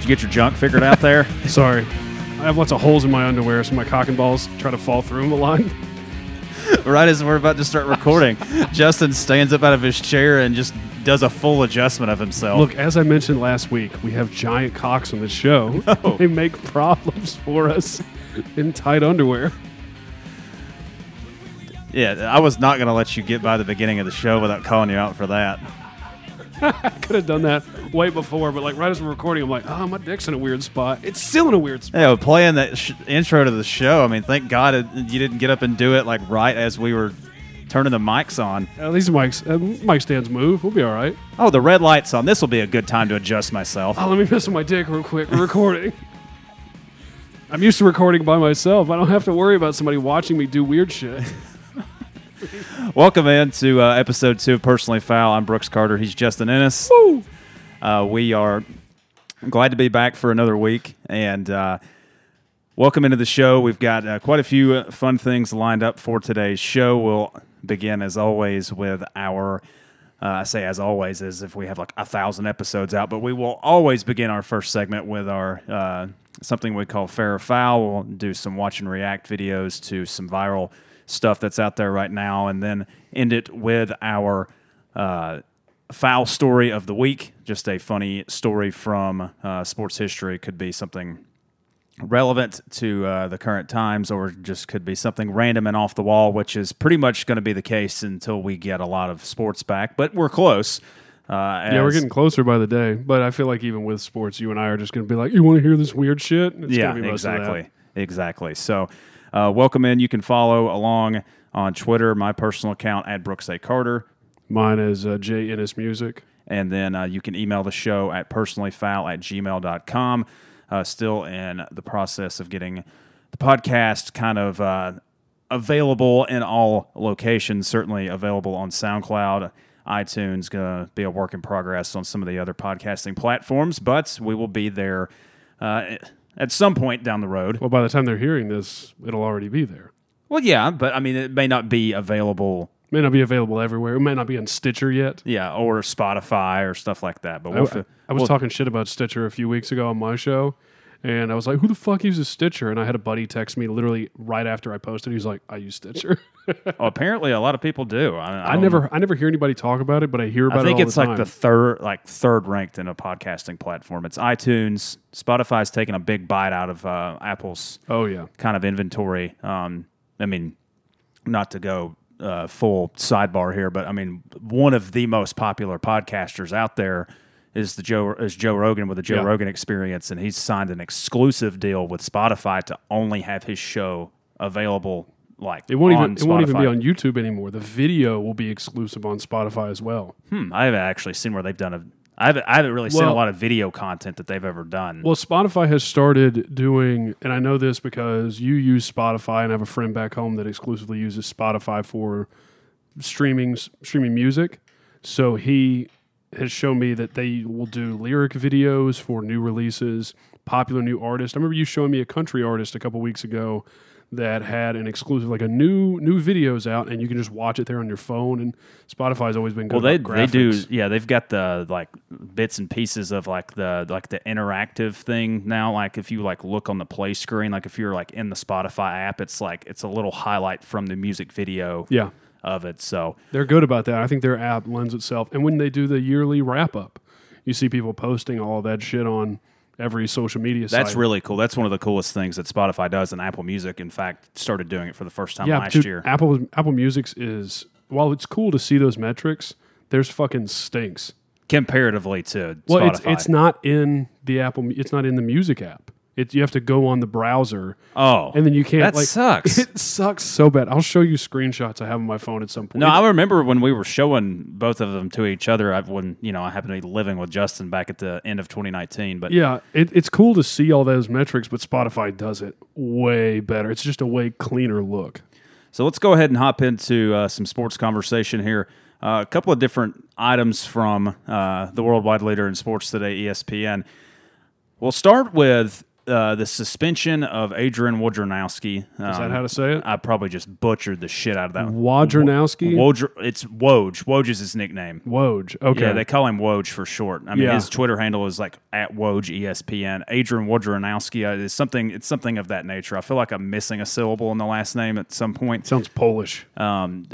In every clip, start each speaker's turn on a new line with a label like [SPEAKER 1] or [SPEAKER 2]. [SPEAKER 1] you get your junk figured out there?
[SPEAKER 2] Sorry. I have lots of holes in my underwear, so my cock and balls try to fall through them a lot.
[SPEAKER 1] right as we're about to start recording, Justin stands up out of his chair and just does a full adjustment of himself.
[SPEAKER 2] Look, as I mentioned last week, we have giant cocks on the show. they make problems for us in tight underwear.
[SPEAKER 1] yeah, I was not going to let you get by the beginning of the show without calling you out for that.
[SPEAKER 2] Could have done that way before, but like right as we're recording, I'm like, oh, my dick's in a weird spot. It's still in a weird spot.
[SPEAKER 1] Yeah, well, playing that sh- intro to the show. I mean, thank God it, you didn't get up and do it like right as we were turning the mics on.
[SPEAKER 2] Uh, these mics, uh, mic stands move. We'll be all right.
[SPEAKER 1] Oh, the red light's on. This will be a good time to adjust myself.
[SPEAKER 2] Oh, let me mess with my dick real quick. We're recording. I'm used to recording by myself. I don't have to worry about somebody watching me do weird shit.
[SPEAKER 1] Welcome in to uh, episode two of Personally Foul. I'm Brooks Carter. He's Justin Ennis.
[SPEAKER 2] Woo!
[SPEAKER 1] Uh, we are glad to be back for another week and uh, welcome into the show. We've got uh, quite a few uh, fun things lined up for today's show. We'll begin, as always, with our. Uh, I say as always, as if we have like a thousand episodes out, but we will always begin our first segment with our uh, something we call fair or foul. We'll do some watch and react videos to some viral stuff that's out there right now, and then end it with our uh, foul story of the week. Just a funny story from uh, sports history. Could be something relevant to uh, the current times, or just could be something random and off the wall, which is pretty much going to be the case until we get a lot of sports back. But we're close. Uh,
[SPEAKER 2] Yeah, we're
[SPEAKER 1] as-
[SPEAKER 2] getting closer by the day, but I feel like even with sports, you and I are just going to be like, "You want to hear this weird shit?" It's
[SPEAKER 1] yeah,
[SPEAKER 2] gonna be most of that.
[SPEAKER 1] exactly, exactly. So, uh, welcome in. You can follow along on Twitter, my personal account at Brooks A Carter.
[SPEAKER 2] Mine is uh, J Ennis Music.
[SPEAKER 1] And then uh, you can email the show at personallyfoul at gmail.com. Uh, still in the process of getting the podcast kind of uh, available in all locations, certainly available on SoundCloud. iTunes going to be a work in progress on some of the other podcasting platforms, but we will be there uh, at some point down the road.
[SPEAKER 2] Well, by the time they're hearing this, it'll already be there.
[SPEAKER 1] Well, yeah, but I mean, it may not be available,
[SPEAKER 2] May not be available everywhere. It may not be on Stitcher yet.
[SPEAKER 1] yeah, or Spotify or stuff like that. But
[SPEAKER 2] I,
[SPEAKER 1] we'll,
[SPEAKER 2] I
[SPEAKER 1] fi-
[SPEAKER 2] was
[SPEAKER 1] we'll-
[SPEAKER 2] talking shit about Stitcher a few weeks ago on my show, and I was like, "Who the fuck uses Stitcher?" And I had a buddy text me literally right after I posted. He was like, "I use Stitcher."
[SPEAKER 1] oh, apparently a lot of people do. I,
[SPEAKER 2] I
[SPEAKER 1] don't-
[SPEAKER 2] never, I never hear anybody talk about it, but I hear about
[SPEAKER 1] I think
[SPEAKER 2] it all
[SPEAKER 1] it's
[SPEAKER 2] the
[SPEAKER 1] like
[SPEAKER 2] time.
[SPEAKER 1] the third, like third ranked in a podcasting platform. It's iTunes. Spotify's taking a big bite out of uh, Apple's
[SPEAKER 2] oh yeah,
[SPEAKER 1] kind of inventory. Um, I mean, not to go uh, full sidebar here, but I mean, one of the most popular podcasters out there is the Joe is Joe Rogan with the Joe
[SPEAKER 2] Yeah.
[SPEAKER 1] Rogan Experience, and he's signed an exclusive deal with Spotify to only have his show available. Like
[SPEAKER 2] it won't
[SPEAKER 1] on
[SPEAKER 2] even, it won't even
[SPEAKER 1] Spotify.
[SPEAKER 2] be on YouTube anymore. The video will be exclusive on Spotify as well.
[SPEAKER 1] Hmm, I haven't actually seen where they've done a. I haven't, I haven't really seen a
[SPEAKER 2] Well-
[SPEAKER 1] lot of video content that they've ever done.
[SPEAKER 2] Well, Spotify has started doing, and I know this because you use Spotify, and I have a friend back home that exclusively uses Spotify for streaming streaming music. So he has shown me that they will do lyric videos for new releases, popular new artists. I remember you showing me a country artist a couple weeks ago that had an exclusive, like a new new videos out, and you can just watch it there on your phone. And Spotify's always been good.
[SPEAKER 1] Well, they
[SPEAKER 2] about
[SPEAKER 1] they do.
[SPEAKER 2] graphics.
[SPEAKER 1] Yeah, they've got the like bits and pieces of like the like the interactive thing now. Like if you like look on the play screen, like if you're like in the Spotify app, it's like it's a little highlight from the music video
[SPEAKER 2] Yeah.
[SPEAKER 1] of it. So
[SPEAKER 2] They're good about that. I think their app lends itself. And when they do the yearly wrap up, you see people posting all that shit on every social media site.
[SPEAKER 1] that's really cool. That's one of the coolest things that Spotify does, and Apple Music, in fact, started doing it for the first time
[SPEAKER 2] yeah,
[SPEAKER 1] last
[SPEAKER 2] dude,
[SPEAKER 1] year.
[SPEAKER 2] Apple Apple Music's is while it's cool to see those metrics, there's fucking stinks.
[SPEAKER 1] Comparatively to
[SPEAKER 2] Well,
[SPEAKER 1] Spotify,
[SPEAKER 2] it's it's not in the Apple. Mu- It's not in the music app. It's you have to go on the browser,
[SPEAKER 1] oh,
[SPEAKER 2] and then you can't.
[SPEAKER 1] that
[SPEAKER 2] like,
[SPEAKER 1] sucks.
[SPEAKER 2] It sucks so bad. I'll show you screenshots I have on my phone at some point.
[SPEAKER 1] No, I remember when we were showing both of them to each other. I, when you know, I happened to be living with Justin back at the end of 2019. But
[SPEAKER 2] Yeah, it, it's cool to see all those metrics, but Spotify does it way better. It's just a way cleaner look.
[SPEAKER 1] so let's go ahead and hop into uh, some sports conversation here. Uh, a couple of different items E from uh, the worldwide leader in sports today, ESPN. We'll start with uh, the suspension of Adrian Wojnarowski. Um,
[SPEAKER 2] Is that how to say it?
[SPEAKER 1] I probably just butchered the shit out of that. one.
[SPEAKER 2] Wojnarowski?
[SPEAKER 1] Woj, it's Woj. Woj is his nickname.
[SPEAKER 2] Woj. Okay.
[SPEAKER 1] Yeah, they call him Woj for short. I mean,
[SPEAKER 2] Yeah.
[SPEAKER 1] his Twitter handle is like at Woj E ESPN. Adrian Wojnarowski uh, is something. It's something of that nature. I feel like I'm missing a syllable in the last name at some point.
[SPEAKER 2] Sounds Polish.
[SPEAKER 1] Um,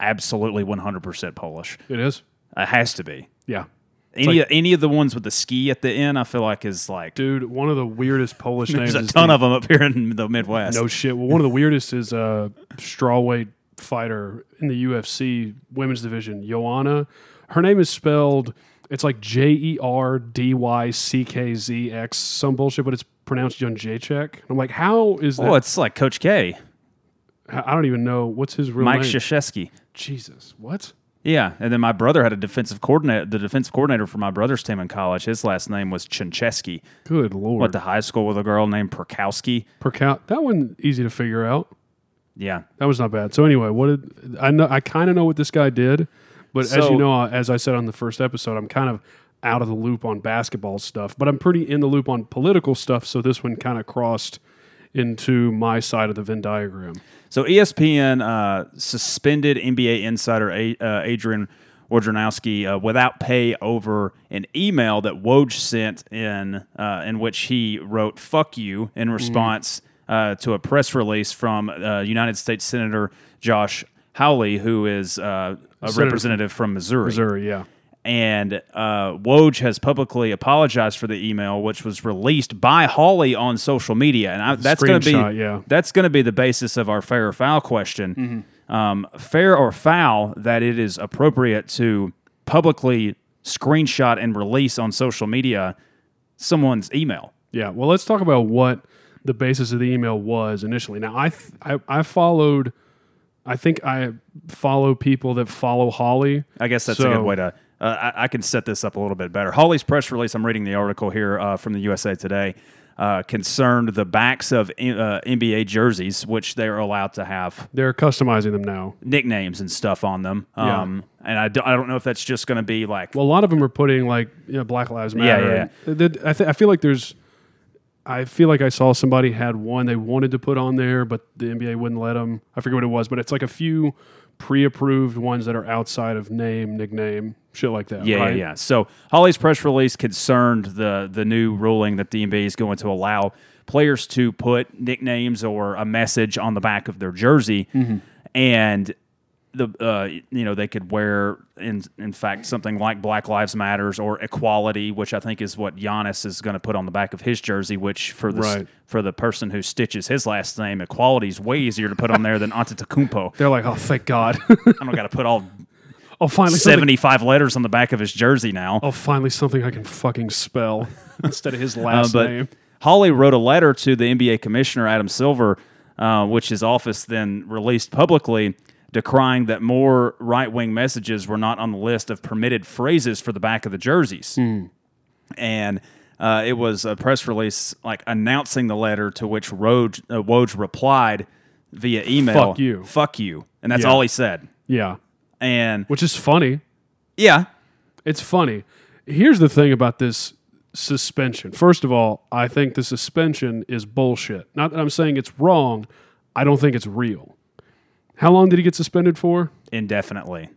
[SPEAKER 1] absolutely 100% Polish.
[SPEAKER 2] It is?
[SPEAKER 1] It has to be.
[SPEAKER 2] Yeah.
[SPEAKER 1] Any any of the ones with the ski at the end, I feel like is like
[SPEAKER 2] Dude, one of the weirdest Polish names
[SPEAKER 1] there's a
[SPEAKER 2] is
[SPEAKER 1] ton of them up here in the Midwest.
[SPEAKER 2] No shit. Well, one of the weirdest is a uh, strawweight fighter in the UFC women's division, Joanna. Her name is spelled. It's like J E R D Y C K Z X, some bullshit, but it's pronounced Junjacek. I'm like, how is that?
[SPEAKER 1] Well, Oh, it's like Coach K,
[SPEAKER 2] I don't even know what's his real
[SPEAKER 1] Mike
[SPEAKER 2] name.
[SPEAKER 1] Krzyzewski.
[SPEAKER 2] Jesus, what?
[SPEAKER 1] Yeah, and then my brother had a defensive coordinator. The defensive coordinator for my brother's team in college, his last name was Chincheski.
[SPEAKER 2] Good lord.
[SPEAKER 1] Went to high school with a girl named Perkowski.
[SPEAKER 2] per count? That one easy to figure out.
[SPEAKER 1] Yeah,
[SPEAKER 2] That was not bad. So anyway, what did I know? I kind of know what this guy did, but as
[SPEAKER 1] So-
[SPEAKER 2] you know, I- as I said on the first episode, I'm kind of out of the loop on basketball stuff, but I'm pretty in the loop on political stuff. So this one kind of crossed into my side of the Venn diagram.
[SPEAKER 1] So E ESPN uh, suspended NBA insider A- uh, Adrian Wojnarowski uh, without pay over an email that Woj sent in, uh, in which he wrote "fuck you" in response uh, to a press release from uh, United States Senator Josh Hawley, who is uh, a
[SPEAKER 2] Senator-
[SPEAKER 1] representative from Missouri
[SPEAKER 2] Missouri, yeah.
[SPEAKER 1] and uh, Woj has publicly apologized for the email, which was released by Hawley on social media, and I, that's going to
[SPEAKER 2] Screenshot,
[SPEAKER 1] be
[SPEAKER 2] yeah.
[SPEAKER 1] that's going to be the basis of our fair or foul question.
[SPEAKER 2] Mm-hmm.
[SPEAKER 1] Um, fair or foul that it is appropriate to publicly screenshot and release on social media someone's email.
[SPEAKER 2] Yeah. Well, let's talk about what the basis of the email was initially. Now, I th- I, I followed. I think I follow people that follow Holly.
[SPEAKER 1] I guess that's
[SPEAKER 2] So-
[SPEAKER 1] a good way to. Uh, I, I can set this up a little bit better. Hawley's press release. I'm reading the article here uh, from the USA Today. Uh, concerned the backs of uh, NBA jerseys, which they are allowed to have
[SPEAKER 2] They're customizing them now.
[SPEAKER 1] nicknames and stuff on them. Um, And I don't, I don't know if that's just going to be like,
[SPEAKER 2] Well, a lot of them are putting like you know, Black Lives Matter.
[SPEAKER 1] yeah,
[SPEAKER 2] and th- th- I, th- I feel like there's. I feel like I saw somebody had one they wanted to put on there, but the NBA wouldn't let them. I forget what it was, but it's like a few pre-approved ones that are outside of name, nickname, shit like that.
[SPEAKER 1] yeah,
[SPEAKER 2] right?
[SPEAKER 1] yeah, yeah. So Holly's press release concerned the the new ruling that the NBA is going to allow players to put nicknames or a message on the back of their jersey,
[SPEAKER 2] Mm-hmm.
[SPEAKER 1] and the uh, you know they could wear in in fact something like Black Lives Matters or equality, which I think is what Giannis is going to put on the back of his jersey. Which for the s-
[SPEAKER 2] Right.
[SPEAKER 1] for the person who stitches his last name, equality is way easier to put on there than Antetokounmpo.
[SPEAKER 2] They're like, oh, thank God.
[SPEAKER 1] I don't got to put all
[SPEAKER 2] oh, finally, something,
[SPEAKER 1] 75 letters on the back of his jersey now.
[SPEAKER 2] oh, finally, something I can fucking spell instead of his last
[SPEAKER 1] Uh, but
[SPEAKER 2] name.
[SPEAKER 1] Hawley wrote a letter to the NBA commissioner, Adam Silver, uh, which his office then released publicly, decrying that more right wing messages were not on the list of permitted phrases for the back of the jerseys.
[SPEAKER 2] Hmm.
[SPEAKER 1] And uh, it was a press release like announcing the letter to which Woj, uh, Woj replied via email
[SPEAKER 2] Fuck you.
[SPEAKER 1] Fuck you. And that's
[SPEAKER 2] Yeah.
[SPEAKER 1] all he said.
[SPEAKER 2] Yeah,
[SPEAKER 1] And
[SPEAKER 2] which is funny.
[SPEAKER 1] yeah,
[SPEAKER 2] It's funny. Here's the thing about this suspension. First of all, I think the suspension is bullshit. Not that I'm saying it's wrong, I don't think it's real. How long did he get suspended for?
[SPEAKER 1] indefinitely.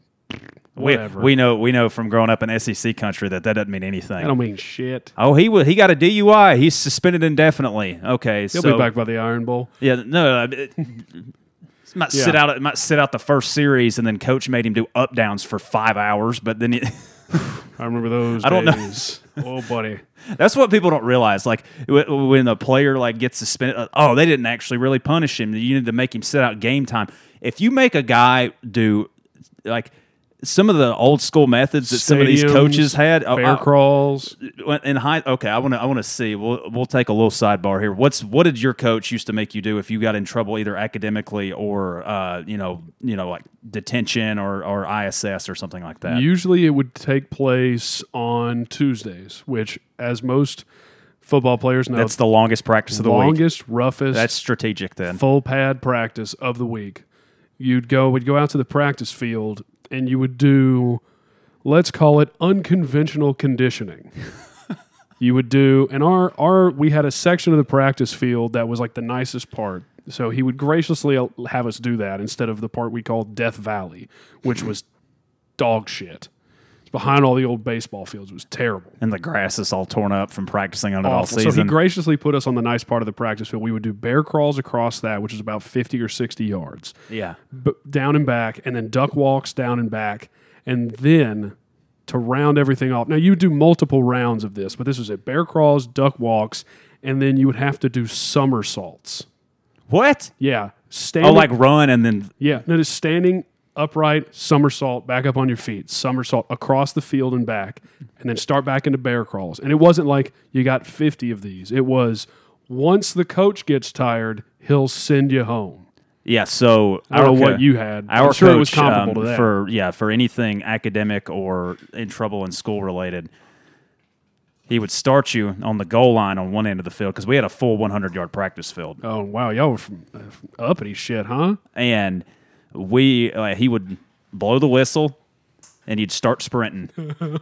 [SPEAKER 1] We,
[SPEAKER 2] Whatever.
[SPEAKER 1] we know we know from growing up in SEC country that that doesn't mean anything.
[SPEAKER 2] I don't mean shit.
[SPEAKER 1] Oh, he wa- he got a DUI. He's suspended indefinitely. Okay,
[SPEAKER 2] He'll
[SPEAKER 1] so
[SPEAKER 2] be back by the Iron Bowl.
[SPEAKER 1] yeah, no, uh, it, it might sit
[SPEAKER 2] Yeah.
[SPEAKER 1] out. It might sit out the first series, and then coach made him do up downs for five hours. But then it,
[SPEAKER 2] I remember those. I
[SPEAKER 1] don't know.
[SPEAKER 2] days. oh, buddy.
[SPEAKER 1] that's what people don't realize. Like w- when a player like gets suspended, uh, oh, they didn't actually really punish him. You need to make him sit out game time. If you make a guy do like some of the old school methods that some of these
[SPEAKER 2] Stadiums,
[SPEAKER 1] coaches had, oh,
[SPEAKER 2] Bear
[SPEAKER 1] I-
[SPEAKER 2] crawls.
[SPEAKER 1] Well, in high okay i want to i want to see we'll we'll take a little sidebar here what's what did your coach used to make you do if you got in trouble either academically or uh you know you know like detention or or iss or something like that
[SPEAKER 2] Usually it would take place on Tuesdays, which, as most football players know,
[SPEAKER 1] that's the longest practice of the week
[SPEAKER 2] longest, roughest,
[SPEAKER 1] that's strategic then
[SPEAKER 2] full pad practice of the week. You'd go would go out to the practice field and you would do let's call it unconventional conditioning. you would do and our our we had a section of the practice field that was like the nicest part so he would graciously al- have us do that instead of the part we called death valley which was dog shit it's behind all the old baseball fields it was terrible
[SPEAKER 1] and the grass is all torn up from practicing on it all
[SPEAKER 2] awful. So he
[SPEAKER 1] season.
[SPEAKER 2] graciously put us on the nice part of the practice field. We would do bear crawls across that, which is about 50 or 60 yards,
[SPEAKER 1] yeah,
[SPEAKER 2] b- down and back, and then duck walks down and back. And then to round everything off, now you do multiple rounds of this, but this was it bear crawls, duck walks, and then you would have to do somersaults.
[SPEAKER 1] what?
[SPEAKER 2] Yeah. Standing,
[SPEAKER 1] Oh, like run and then
[SPEAKER 2] yeah. No, just standing upright, somersault, back up on your feet, somersault across the field and back, and then start back into bear crawls. And it wasn't like you got 50 of these. It was once the coach gets tired, he'll send you home.
[SPEAKER 1] yeah. So
[SPEAKER 2] I don't know
[SPEAKER 1] our
[SPEAKER 2] what
[SPEAKER 1] co-
[SPEAKER 2] you had.
[SPEAKER 1] Our
[SPEAKER 2] I'm sure it was
[SPEAKER 1] coach, um,
[SPEAKER 2] comparable to that.
[SPEAKER 1] for yeah for anything academic or in trouble in school related. He would start you on the goal line on one end of the field because we had a full 100 yard practice field.
[SPEAKER 2] oh, wow. Y'all were from, uh, from uppity shit, huh?
[SPEAKER 1] and we uh, he would blow the whistle and you'd start sprinting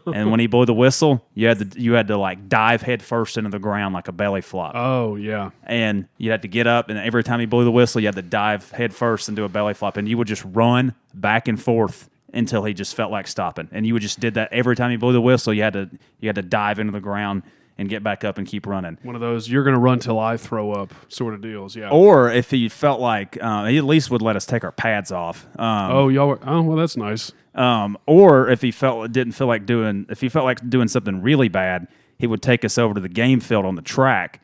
[SPEAKER 1] and when he blew the whistle you had to you had to like dive headfirst into the ground like a belly flop
[SPEAKER 2] Oh, yeah.
[SPEAKER 1] and you'd have to get up and every time he blew the whistle you had to dive headfirst and do a belly flop and you would just run back and forth until he just felt like stopping and you would just did that every time he blew the whistle you had to you had to dive into the ground and get back up and keep running
[SPEAKER 2] One of those, you're going to run till I throw up sort of deals. Yeah. Oh,
[SPEAKER 1] or if he felt like uh, he at least would let us take our pads off um,
[SPEAKER 2] y'all were, oh, well, that's nice.
[SPEAKER 1] um, or if he felt didn't feel like doing if he felt like doing something really bad, he would take us over to the game field on the track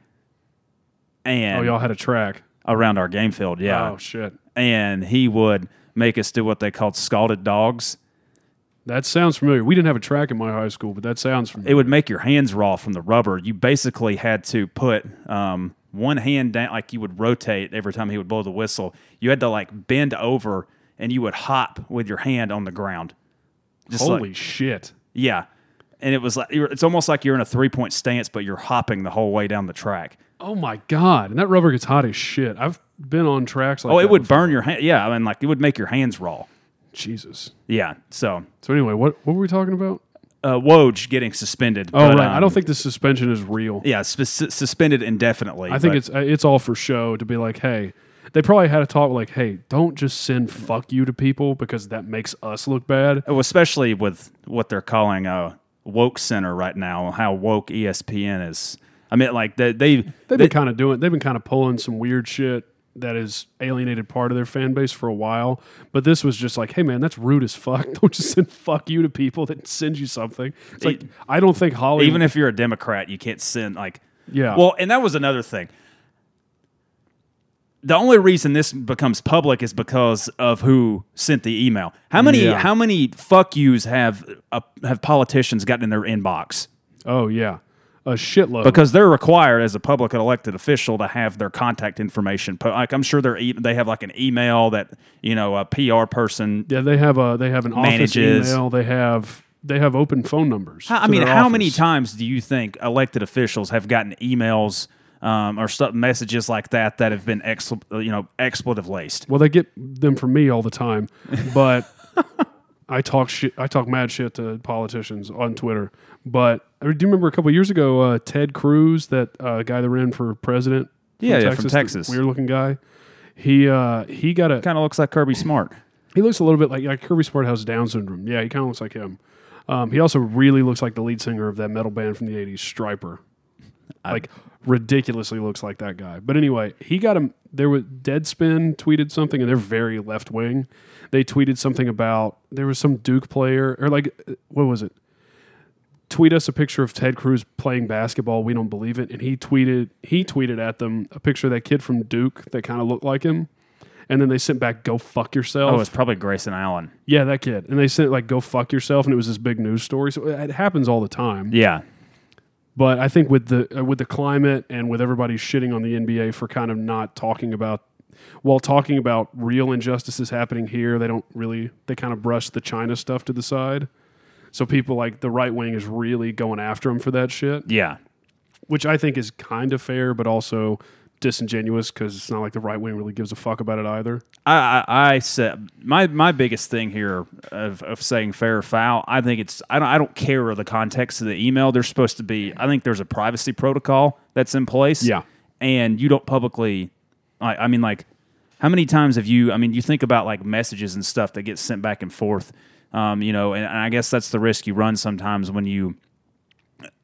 [SPEAKER 2] Oh,
[SPEAKER 1] and
[SPEAKER 2] y'all had a track.
[SPEAKER 1] around our game field, yeah,
[SPEAKER 2] Oh, shit.
[SPEAKER 1] and he would make us do what they called scalded dogs.
[SPEAKER 2] That sounds familiar. We didn't have a track in my high school, but that sounds familiar.
[SPEAKER 1] It would make your hands raw from the rubber. You basically had to put um, one hand down, like you would rotate every time he would blow the whistle. You had to like bend over and you would hop with your hand on the ground. Just like-
[SPEAKER 2] Holy shit.
[SPEAKER 1] Yeah. And it was like you're, it's almost like you're in a three point stance, but you're hopping the whole way down the track.
[SPEAKER 2] Oh my god! And that rubber gets hot as shit. I've been on tracks like
[SPEAKER 1] Oh, it
[SPEAKER 2] that
[SPEAKER 1] would
[SPEAKER 2] before.
[SPEAKER 1] burn your hand. Yeah, I mean, like it would make your hands raw.
[SPEAKER 2] Jesus.
[SPEAKER 1] Yeah. So,
[SPEAKER 2] So anyway, what what were we talking about?
[SPEAKER 1] uh, Woj getting suspended.
[SPEAKER 2] Oh
[SPEAKER 1] but,
[SPEAKER 2] right,
[SPEAKER 1] um,
[SPEAKER 2] I don't think this suspension is real.
[SPEAKER 1] Yeah, sus- suspended indefinitely.
[SPEAKER 2] I think
[SPEAKER 1] but-
[SPEAKER 2] it's it's uh, it's all for show to be like, hey, they probably had a talk like, hey, don't just send fuck you to people because that makes us look bad.
[SPEAKER 1] Oh, especially with what they're calling a woke center right now. How woke E ESPN is. I mean, like they they
[SPEAKER 2] They've been kind of doing. They've been kind of pulling some weird shit that has alienated part of their fan base for a while. But this was just like, hey man, that's rude as fuck. Don't just send fuck you to people that send you something. It's like I don't think Holly
[SPEAKER 1] even if you're a Democrat, you can't send like
[SPEAKER 2] Yeah.
[SPEAKER 1] Well, and that was another thing. The only reason this becomes public is because of who sent the email. How many
[SPEAKER 2] Yeah.
[SPEAKER 1] how many fuck yous have uh, have politicians gotten in their inbox?
[SPEAKER 2] Oh yeah, a shitload.
[SPEAKER 1] Because they're required as a public elected official to have their contact information. Po- like I'm sure they're e- they have like an email that you know a PR person.
[SPEAKER 2] yeah, they have a they have an
[SPEAKER 1] Manages.
[SPEAKER 2] office email. They have they have open phone numbers.
[SPEAKER 1] I I
[SPEAKER 2] to
[SPEAKER 1] mean,
[SPEAKER 2] their
[SPEAKER 1] how many
[SPEAKER 2] office.
[SPEAKER 1] times do you think elected officials have gotten emails um, or stuff messages like that that have been ex- you know expletive laced?
[SPEAKER 2] Well, they get them from me all the time, but I talk shit. I talk mad shit to politicians on Twitter. But I do remember a couple years ago, uh, Ted Cruz, that uh, guy that ran for president. from
[SPEAKER 1] Yeah, yeah, from Texas.
[SPEAKER 2] Weird looking guy. He uh, he got a
[SPEAKER 1] Kind of looks like Kirby Smart.
[SPEAKER 2] He looks a little bit like, like Kirby Smart has Down syndrome. Yeah, he kind of looks like him. Um, he also really looks like the lead singer of that metal band from the 80s, Striper. Like ridiculously looks like that guy. But anyway, he got him. There was Deadspin tweeted something, and they're very left wing. They tweeted something about there was some Duke player or like uh, what was it? Tweet us a picture of Ted Cruz playing basketball. We don't believe it. And he tweeted he tweeted at them a picture of that kid from Duke that kind of looked like him. And then they sent back, "Go fuck yourself."
[SPEAKER 1] Oh, it's probably Grayson Allen.
[SPEAKER 2] Yeah, that kid. And they said like go fuck yourself and it was this big news story. So it happens all the time.
[SPEAKER 1] Yeah.
[SPEAKER 2] But I think with the uh, with the climate and with everybody shitting on the NBA for kind of not talking about while talking about real injustices happening here, they don't really they kind of brush the China stuff to the side. So people like the right wing is really going after them for that shit,
[SPEAKER 1] Yeah.
[SPEAKER 2] which I think is kind of fair but also disingenuous because it's not like the right wing really gives a fuck about it either.
[SPEAKER 1] I, I, I said my my biggest thing here of, of saying fair or foul. I think it's I don't I don't care the context of the email. There's supposed to be. I think there's a privacy protocol that's in place.
[SPEAKER 2] Yeah.
[SPEAKER 1] and you don't publicly. I, I mean, like, how many times have you? I mean, you think about like messages and stuff that get sent back and forth. Um, you know, and, and I guess that's the risk you run sometimes when you.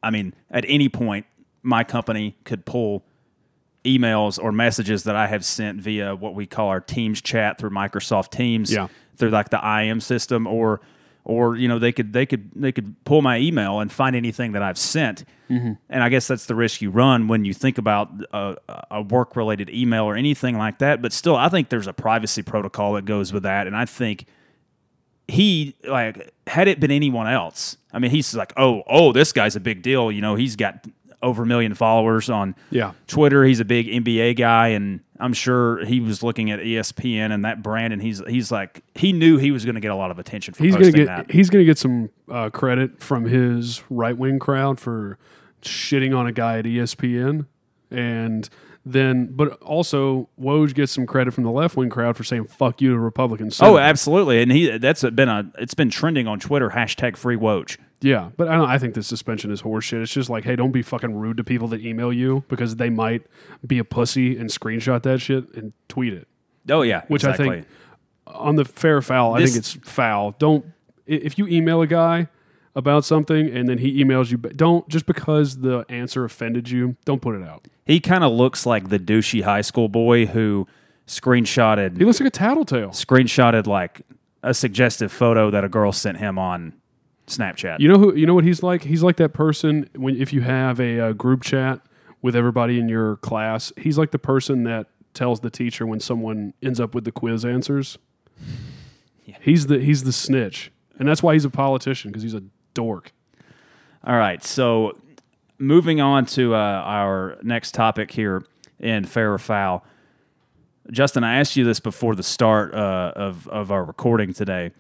[SPEAKER 1] I mean, at any point, my company could pull emails or messages that I have sent via what we call our Teams chat through Microsoft Teams,
[SPEAKER 2] Yeah.
[SPEAKER 1] through like the IM system, or or you know they could they could they could pull my email and find anything that I've sent. And I guess that's the risk you run when you think about a, a work related email or anything like that. But still, I think there's a privacy protocol that goes with that, and I think he like had it been anyone else i mean he's like oh oh this guy's a big deal you know he's got over a million followers on
[SPEAKER 2] Yeah.
[SPEAKER 1] twitter he's a big nba guy and i'm sure he was looking at E espn and that brand and he's he's like he knew he was going to get a lot of attention for
[SPEAKER 2] He's gonna
[SPEAKER 1] posting
[SPEAKER 2] get
[SPEAKER 1] that
[SPEAKER 2] he's gonna get some uh, credit from his right wing crowd for shitting on a guy at E ESPN, and then but also Woj gets some credit from the left wing crowd for saying "fuck you" to Republicans.
[SPEAKER 1] oh absolutely and he that's been a it's been trending on twitter hashtag free woj
[SPEAKER 2] Yeah, but I don't. I think this suspension is horseshit. It's just like, hey, don't be fucking rude to people that email you because they might be a pussy and screenshot that shit and tweet it.
[SPEAKER 1] oh yeah
[SPEAKER 2] Which
[SPEAKER 1] exactly.
[SPEAKER 2] I think on the fair foul, I
[SPEAKER 1] This-
[SPEAKER 2] think it's foul. Don't i- if you email a guy about something and then he emails you, ba- don't just because the answer offended you, don't put it out.
[SPEAKER 1] he kind of looks like the douchey high school boy who screenshotted
[SPEAKER 2] He looks like a tattletale.
[SPEAKER 1] screenshotted like a suggestive photo that a girl sent him on Snapchat.
[SPEAKER 2] You know who? You know what he's like? He's like that person when if you have a, uh group chat with everybody in your class, he's like the person that tells the teacher when someone ends up with the quiz answers. He's the he's the snitch, and that's why he's a politician because he's a dork.
[SPEAKER 1] All right, so moving on to uh, our next topic here in fair or foul. Justin, I asked you this before the start uh, of of our recording today.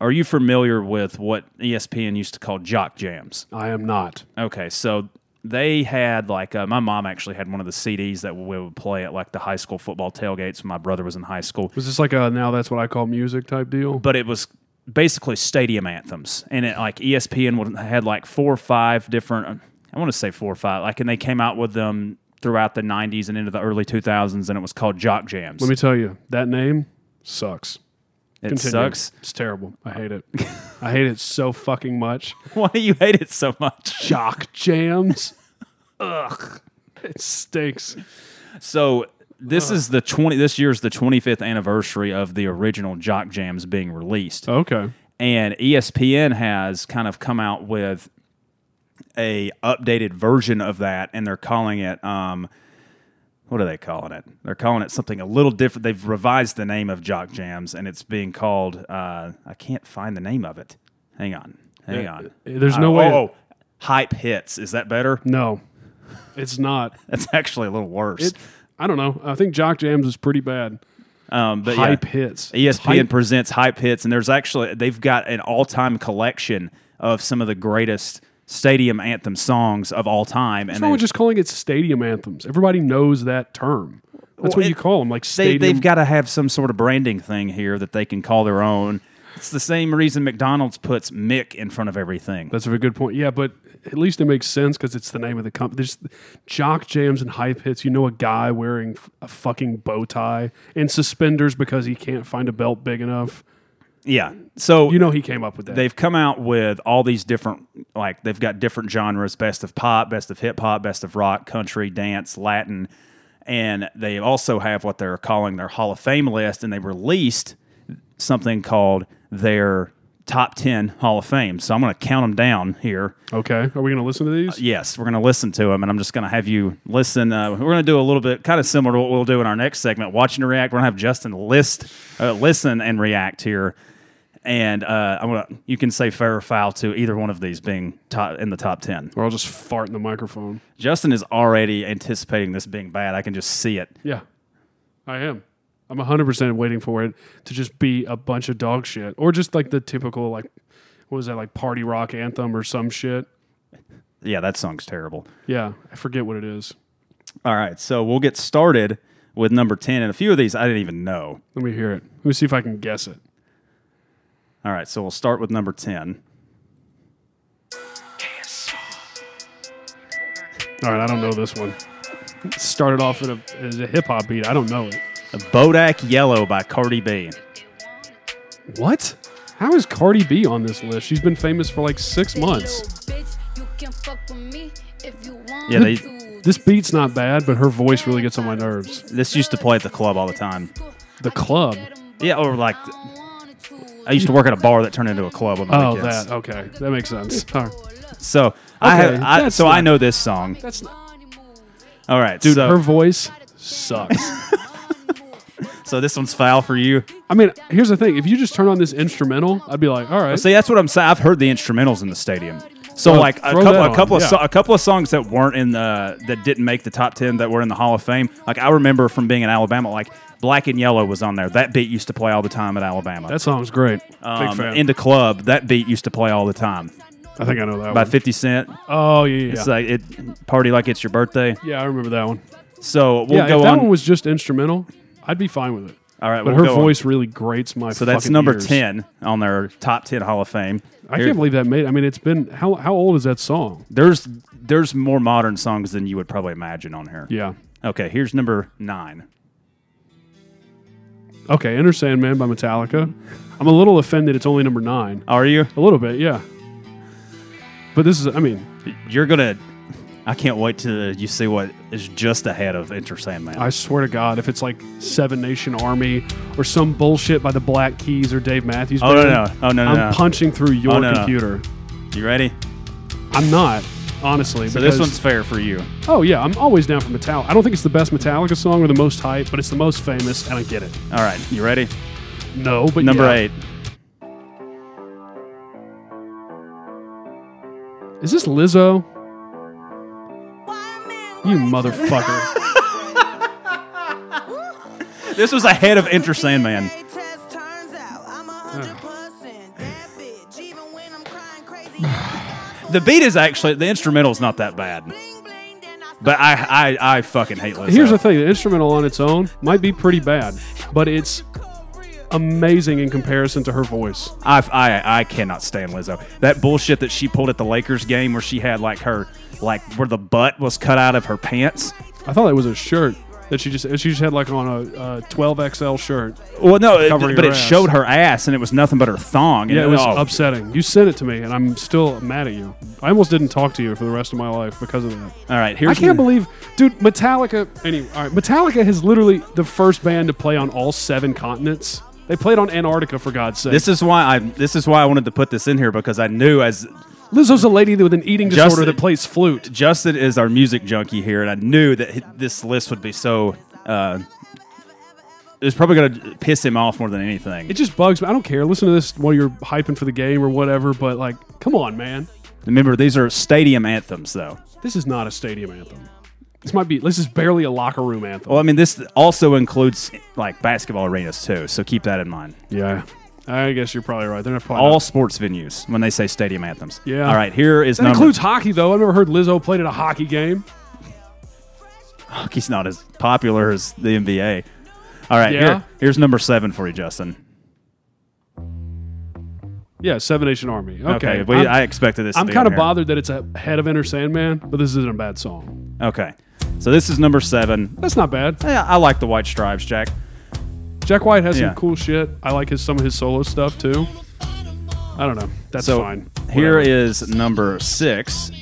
[SPEAKER 1] Are you familiar with what E ESPN used to call jock jams?
[SPEAKER 2] I am not.
[SPEAKER 1] Okay, so they had like uh, my mom actually had one of the CDs that we would play at like the high school football tailgates when my brother was in high school.
[SPEAKER 2] Was this like a now that's what I call music type deal?
[SPEAKER 1] but it was basically stadium anthems and it like E espn would, had like four or five different i want to say four or five like and they came out with them throughout the 90s and into the early 2000s and it was called jock jams
[SPEAKER 2] Let me tell you, that name sucks.
[SPEAKER 1] it
[SPEAKER 2] Continue.
[SPEAKER 1] sucks
[SPEAKER 2] It's terrible. I hate it. I hate it so fucking much.
[SPEAKER 1] why do you hate it so much
[SPEAKER 2] Jock jams. Ugh. It stinks.
[SPEAKER 1] so this is the 20 this year's the 25th anniversary of the original jock jams being released
[SPEAKER 2] Okay.
[SPEAKER 1] and E ESPN has kind of come out with a updated version of that, and they're calling it um, what are they calling it? They're calling it something a little different. They've revised the name of Jock Jams, and it's being called uh, I can't find the name of it. Hang on, hang on.
[SPEAKER 2] There's
[SPEAKER 1] Uh,
[SPEAKER 2] no way.
[SPEAKER 1] Oh, hype hits. Is that better?
[SPEAKER 2] No, it's not.
[SPEAKER 1] That's actually a little worse.
[SPEAKER 2] It, I don't know. I think Jock Jams is pretty bad.
[SPEAKER 1] um, but yeah.
[SPEAKER 2] Hype hits.
[SPEAKER 1] ESPN
[SPEAKER 2] Hype-
[SPEAKER 1] presents hype hits, and there's actually they've got an all-time collection of some of the greatest stadium anthem songs of all time, and
[SPEAKER 2] What's wrong
[SPEAKER 1] they,
[SPEAKER 2] with just calling it stadium anthems? Everybody knows that term.
[SPEAKER 1] Well,
[SPEAKER 2] That's what you
[SPEAKER 1] it-
[SPEAKER 2] call them, like
[SPEAKER 1] they,
[SPEAKER 2] stadium.
[SPEAKER 1] they've got to have some sort of branding thing here that they can call their own. It's the same reason McDonald's puts Mick in front of everything.
[SPEAKER 2] That's a very good point. Yeah, but at least it makes sense because it's the name of the company. There's jock jams and hype hits. You know, a guy wearing f- a fucking bow tie and suspenders because he can't find a belt big enough.
[SPEAKER 1] Yeah, so
[SPEAKER 2] You know, he came up with that.
[SPEAKER 1] they've come out with all these different like they've got different genres best of pop best of hip hop best of rock country dance latin and they also have what they're calling their hall of fame list and they released something called their top 10 hall of fame so i'm going to count them down here
[SPEAKER 2] okay, are we going to listen to these?
[SPEAKER 1] yes we're going to listen to them and i'm just going to have you listen uh, we're going to do a little bit kind of similar to what we'll do in our next segment watching and react we're going to have justin list uh, listen and react here and uh, i'm going to you can say fair or foul to either one of these being top, in the top 10
[SPEAKER 2] Or I'll just fart in the microphone.
[SPEAKER 1] justin is already anticipating this being bad i can just see it
[SPEAKER 2] Yeah, I am. I'm 100% waiting for it to just be a bunch of dog shit or just like the typical, like, what was that, like party rock anthem or some shit?
[SPEAKER 1] yeah that song's terrible
[SPEAKER 2] Yeah, I forget what it is.
[SPEAKER 1] All right, so we'll get started with number 10, and a few of these I didn't even know.
[SPEAKER 2] Let me hear it. Let me see if I can guess it.
[SPEAKER 1] All right, so we'll start with number 10.
[SPEAKER 2] All right, I don't know this one. It started off at a, as a hip hop beat. I don't know it.
[SPEAKER 1] Bodak Yellow by Cardi B.
[SPEAKER 2] What? How is Cardi B on this list? She's been famous for like six months.
[SPEAKER 1] Yeah, they,
[SPEAKER 2] This beat's not bad, but her voice really gets on my nerves.
[SPEAKER 1] this used to play at the club all the time.
[SPEAKER 2] The club.
[SPEAKER 1] Yeah, or like I used to work at a bar that turned into a club on the
[SPEAKER 2] Oh,
[SPEAKER 1] weekends.
[SPEAKER 2] that. Okay, that makes sense. All right.
[SPEAKER 1] So I
[SPEAKER 2] Okay,
[SPEAKER 1] have, I,
[SPEAKER 2] that's
[SPEAKER 1] so I
[SPEAKER 2] not-
[SPEAKER 1] know this song.
[SPEAKER 2] That's not,
[SPEAKER 1] All right,
[SPEAKER 2] dude.
[SPEAKER 1] so
[SPEAKER 2] her voice sucks.
[SPEAKER 1] so this one's foul for you.
[SPEAKER 2] I mean, here's the thing. If you just turn on this instrumental, I'd be like, all right.
[SPEAKER 1] See, that's what I'm saying. I've heard the instrumentals in the stadium. So
[SPEAKER 2] Oh,
[SPEAKER 1] like a
[SPEAKER 2] throw
[SPEAKER 1] couple,
[SPEAKER 2] that
[SPEAKER 1] a couple
[SPEAKER 2] on,
[SPEAKER 1] of
[SPEAKER 2] yeah.
[SPEAKER 1] so, a couple of songs that weren't in the that didn't make the top ten that were in the Hall of Fame. Like I remember from being in Alabama, like Black and Yellow was on there. That beat used to play all the time at Alabama.
[SPEAKER 2] that song's great. Big
[SPEAKER 1] um,
[SPEAKER 2] fan.
[SPEAKER 1] Into club, that beat used to play all the time
[SPEAKER 2] I think I know that
[SPEAKER 1] by
[SPEAKER 2] one.
[SPEAKER 1] Fifty Cent.
[SPEAKER 2] oh yeah, yeah, yeah.
[SPEAKER 1] It's like it party like it's your birthday.
[SPEAKER 2] yeah. I remember that one.
[SPEAKER 1] So we'll
[SPEAKER 2] yeah,
[SPEAKER 1] go
[SPEAKER 2] if that
[SPEAKER 1] on.
[SPEAKER 2] one was just instrumental, I'd be fine with it.
[SPEAKER 1] all right,
[SPEAKER 2] But
[SPEAKER 1] we'll
[SPEAKER 2] her
[SPEAKER 1] go on.
[SPEAKER 2] voice really grates my.
[SPEAKER 1] So that's
[SPEAKER 2] fucking
[SPEAKER 1] number
[SPEAKER 2] ears.
[SPEAKER 1] ten on their top ten Hall of Fame.
[SPEAKER 2] I
[SPEAKER 1] Here-
[SPEAKER 2] can't believe that made. I mean, it's been how how old is that song?
[SPEAKER 1] there's there's more modern songs than you would probably imagine on here.
[SPEAKER 2] Yeah.
[SPEAKER 1] Okay, here's number nine.
[SPEAKER 2] Okay, Enter Sandman by Metallica. I'm a little offended. It's only number nine.
[SPEAKER 1] Are you?
[SPEAKER 2] A little bit, yeah. But this is. I mean,
[SPEAKER 1] You're gonna. I can't wait till you see what is just ahead of Enter Sandman.
[SPEAKER 2] I swear to God, if it's like Seven Nation Army or some bullshit by the Black Keys or Dave Matthews,
[SPEAKER 1] Oh, no,
[SPEAKER 2] Band,
[SPEAKER 1] no. Oh, no, no,
[SPEAKER 2] I'm
[SPEAKER 1] no.
[SPEAKER 2] punching through your
[SPEAKER 1] Oh, no, no.
[SPEAKER 2] computer.
[SPEAKER 1] you ready?
[SPEAKER 2] I'm not, honestly.
[SPEAKER 1] So this
[SPEAKER 2] because-
[SPEAKER 1] one's fair for you.
[SPEAKER 2] Oh yeah, I'm always down for Metallica. I don't think it's the best Metallica song or the most hype, but it's the most famous, and I get it.
[SPEAKER 1] All right, you ready?
[SPEAKER 2] No, but
[SPEAKER 1] Number
[SPEAKER 2] yeah.
[SPEAKER 1] eight.
[SPEAKER 2] Is this Lizzo? You motherfucker.
[SPEAKER 1] This was ahead of Enter Sandman. The beat is actually the instrumental's not that bad, but I I, I fucking hate Lizzo.
[SPEAKER 2] Here's the thing: the instrumental on its own might be pretty bad, but it's amazing in comparison to her voice.
[SPEAKER 1] I, I I cannot stand Lizzo. That bullshit that she pulled at the Lakers game where she had like her like where the butt was cut out of her pants.
[SPEAKER 2] I thought it was a shirt that she just she just had like on a uh, 12XL shirt.
[SPEAKER 1] Well, no, it,
[SPEAKER 2] Covering
[SPEAKER 1] but
[SPEAKER 2] her
[SPEAKER 1] it
[SPEAKER 2] ass.
[SPEAKER 1] showed her ass and it was nothing but her thong. And
[SPEAKER 2] Yeah, it was
[SPEAKER 1] oh,
[SPEAKER 2] upsetting. You sent it to me, and I'm still mad at you. I almost didn't talk to you for the rest of my life because of that.
[SPEAKER 1] All right,
[SPEAKER 2] I
[SPEAKER 1] here's
[SPEAKER 2] can't believe, dude. Metallica. Anyway, all right. Metallica is literally the first band to play on all seven continents. They played on Antarctica for God's sake.
[SPEAKER 1] this is why I this is why I wanted to put this in here because I knew as
[SPEAKER 2] Lizzo's a lady with an eating
[SPEAKER 1] Just-
[SPEAKER 2] disorder that plays flute.
[SPEAKER 1] Justin is our music junkie here, and I knew that hi- this list would be so. Uh, it's probably gonna piss him off more than anything.
[SPEAKER 2] It just bugs me. I don't care. Listen to this while you're hyping for the game or whatever. But like, come on, man.
[SPEAKER 1] Remember, these are stadium anthems, though.
[SPEAKER 2] This is not a stadium anthem. This might be. This is barely a locker room anthem.
[SPEAKER 1] Well, I mean, this also includes like basketball arenas too, so keep that in mind.
[SPEAKER 2] Yeah. I guess you're probably right. They're not probably.
[SPEAKER 1] All
[SPEAKER 2] not-
[SPEAKER 1] sports venues when they say stadium anthems.
[SPEAKER 2] Yeah.
[SPEAKER 1] All right, here is
[SPEAKER 2] That
[SPEAKER 1] number.
[SPEAKER 2] includes hockey though. I've never heard Lizzo played at a hockey game.
[SPEAKER 1] Hockey's not as popular as the NBA. All right,
[SPEAKER 2] Yeah.
[SPEAKER 1] here, here's number seven for you, Justin.
[SPEAKER 2] Yeah, Seven Nation Army. Okay,
[SPEAKER 1] Okay, we,
[SPEAKER 2] I'm-
[SPEAKER 1] I expected this. to
[SPEAKER 2] I'm
[SPEAKER 1] be
[SPEAKER 2] kind
[SPEAKER 1] on
[SPEAKER 2] of
[SPEAKER 1] here.
[SPEAKER 2] bothered that it's ahead of Enter Sandman, but this isn't a bad song.
[SPEAKER 1] Okay, so this is number seven.
[SPEAKER 2] That's not bad.
[SPEAKER 1] Yeah, I like the White Stripes, Jack.
[SPEAKER 2] Jack White has
[SPEAKER 1] Yeah.
[SPEAKER 2] some cool shit. I like his some of his solo stuff too. I don't know. That's
[SPEAKER 1] So
[SPEAKER 2] fine.
[SPEAKER 1] here
[SPEAKER 2] Whatever.
[SPEAKER 1] is number six.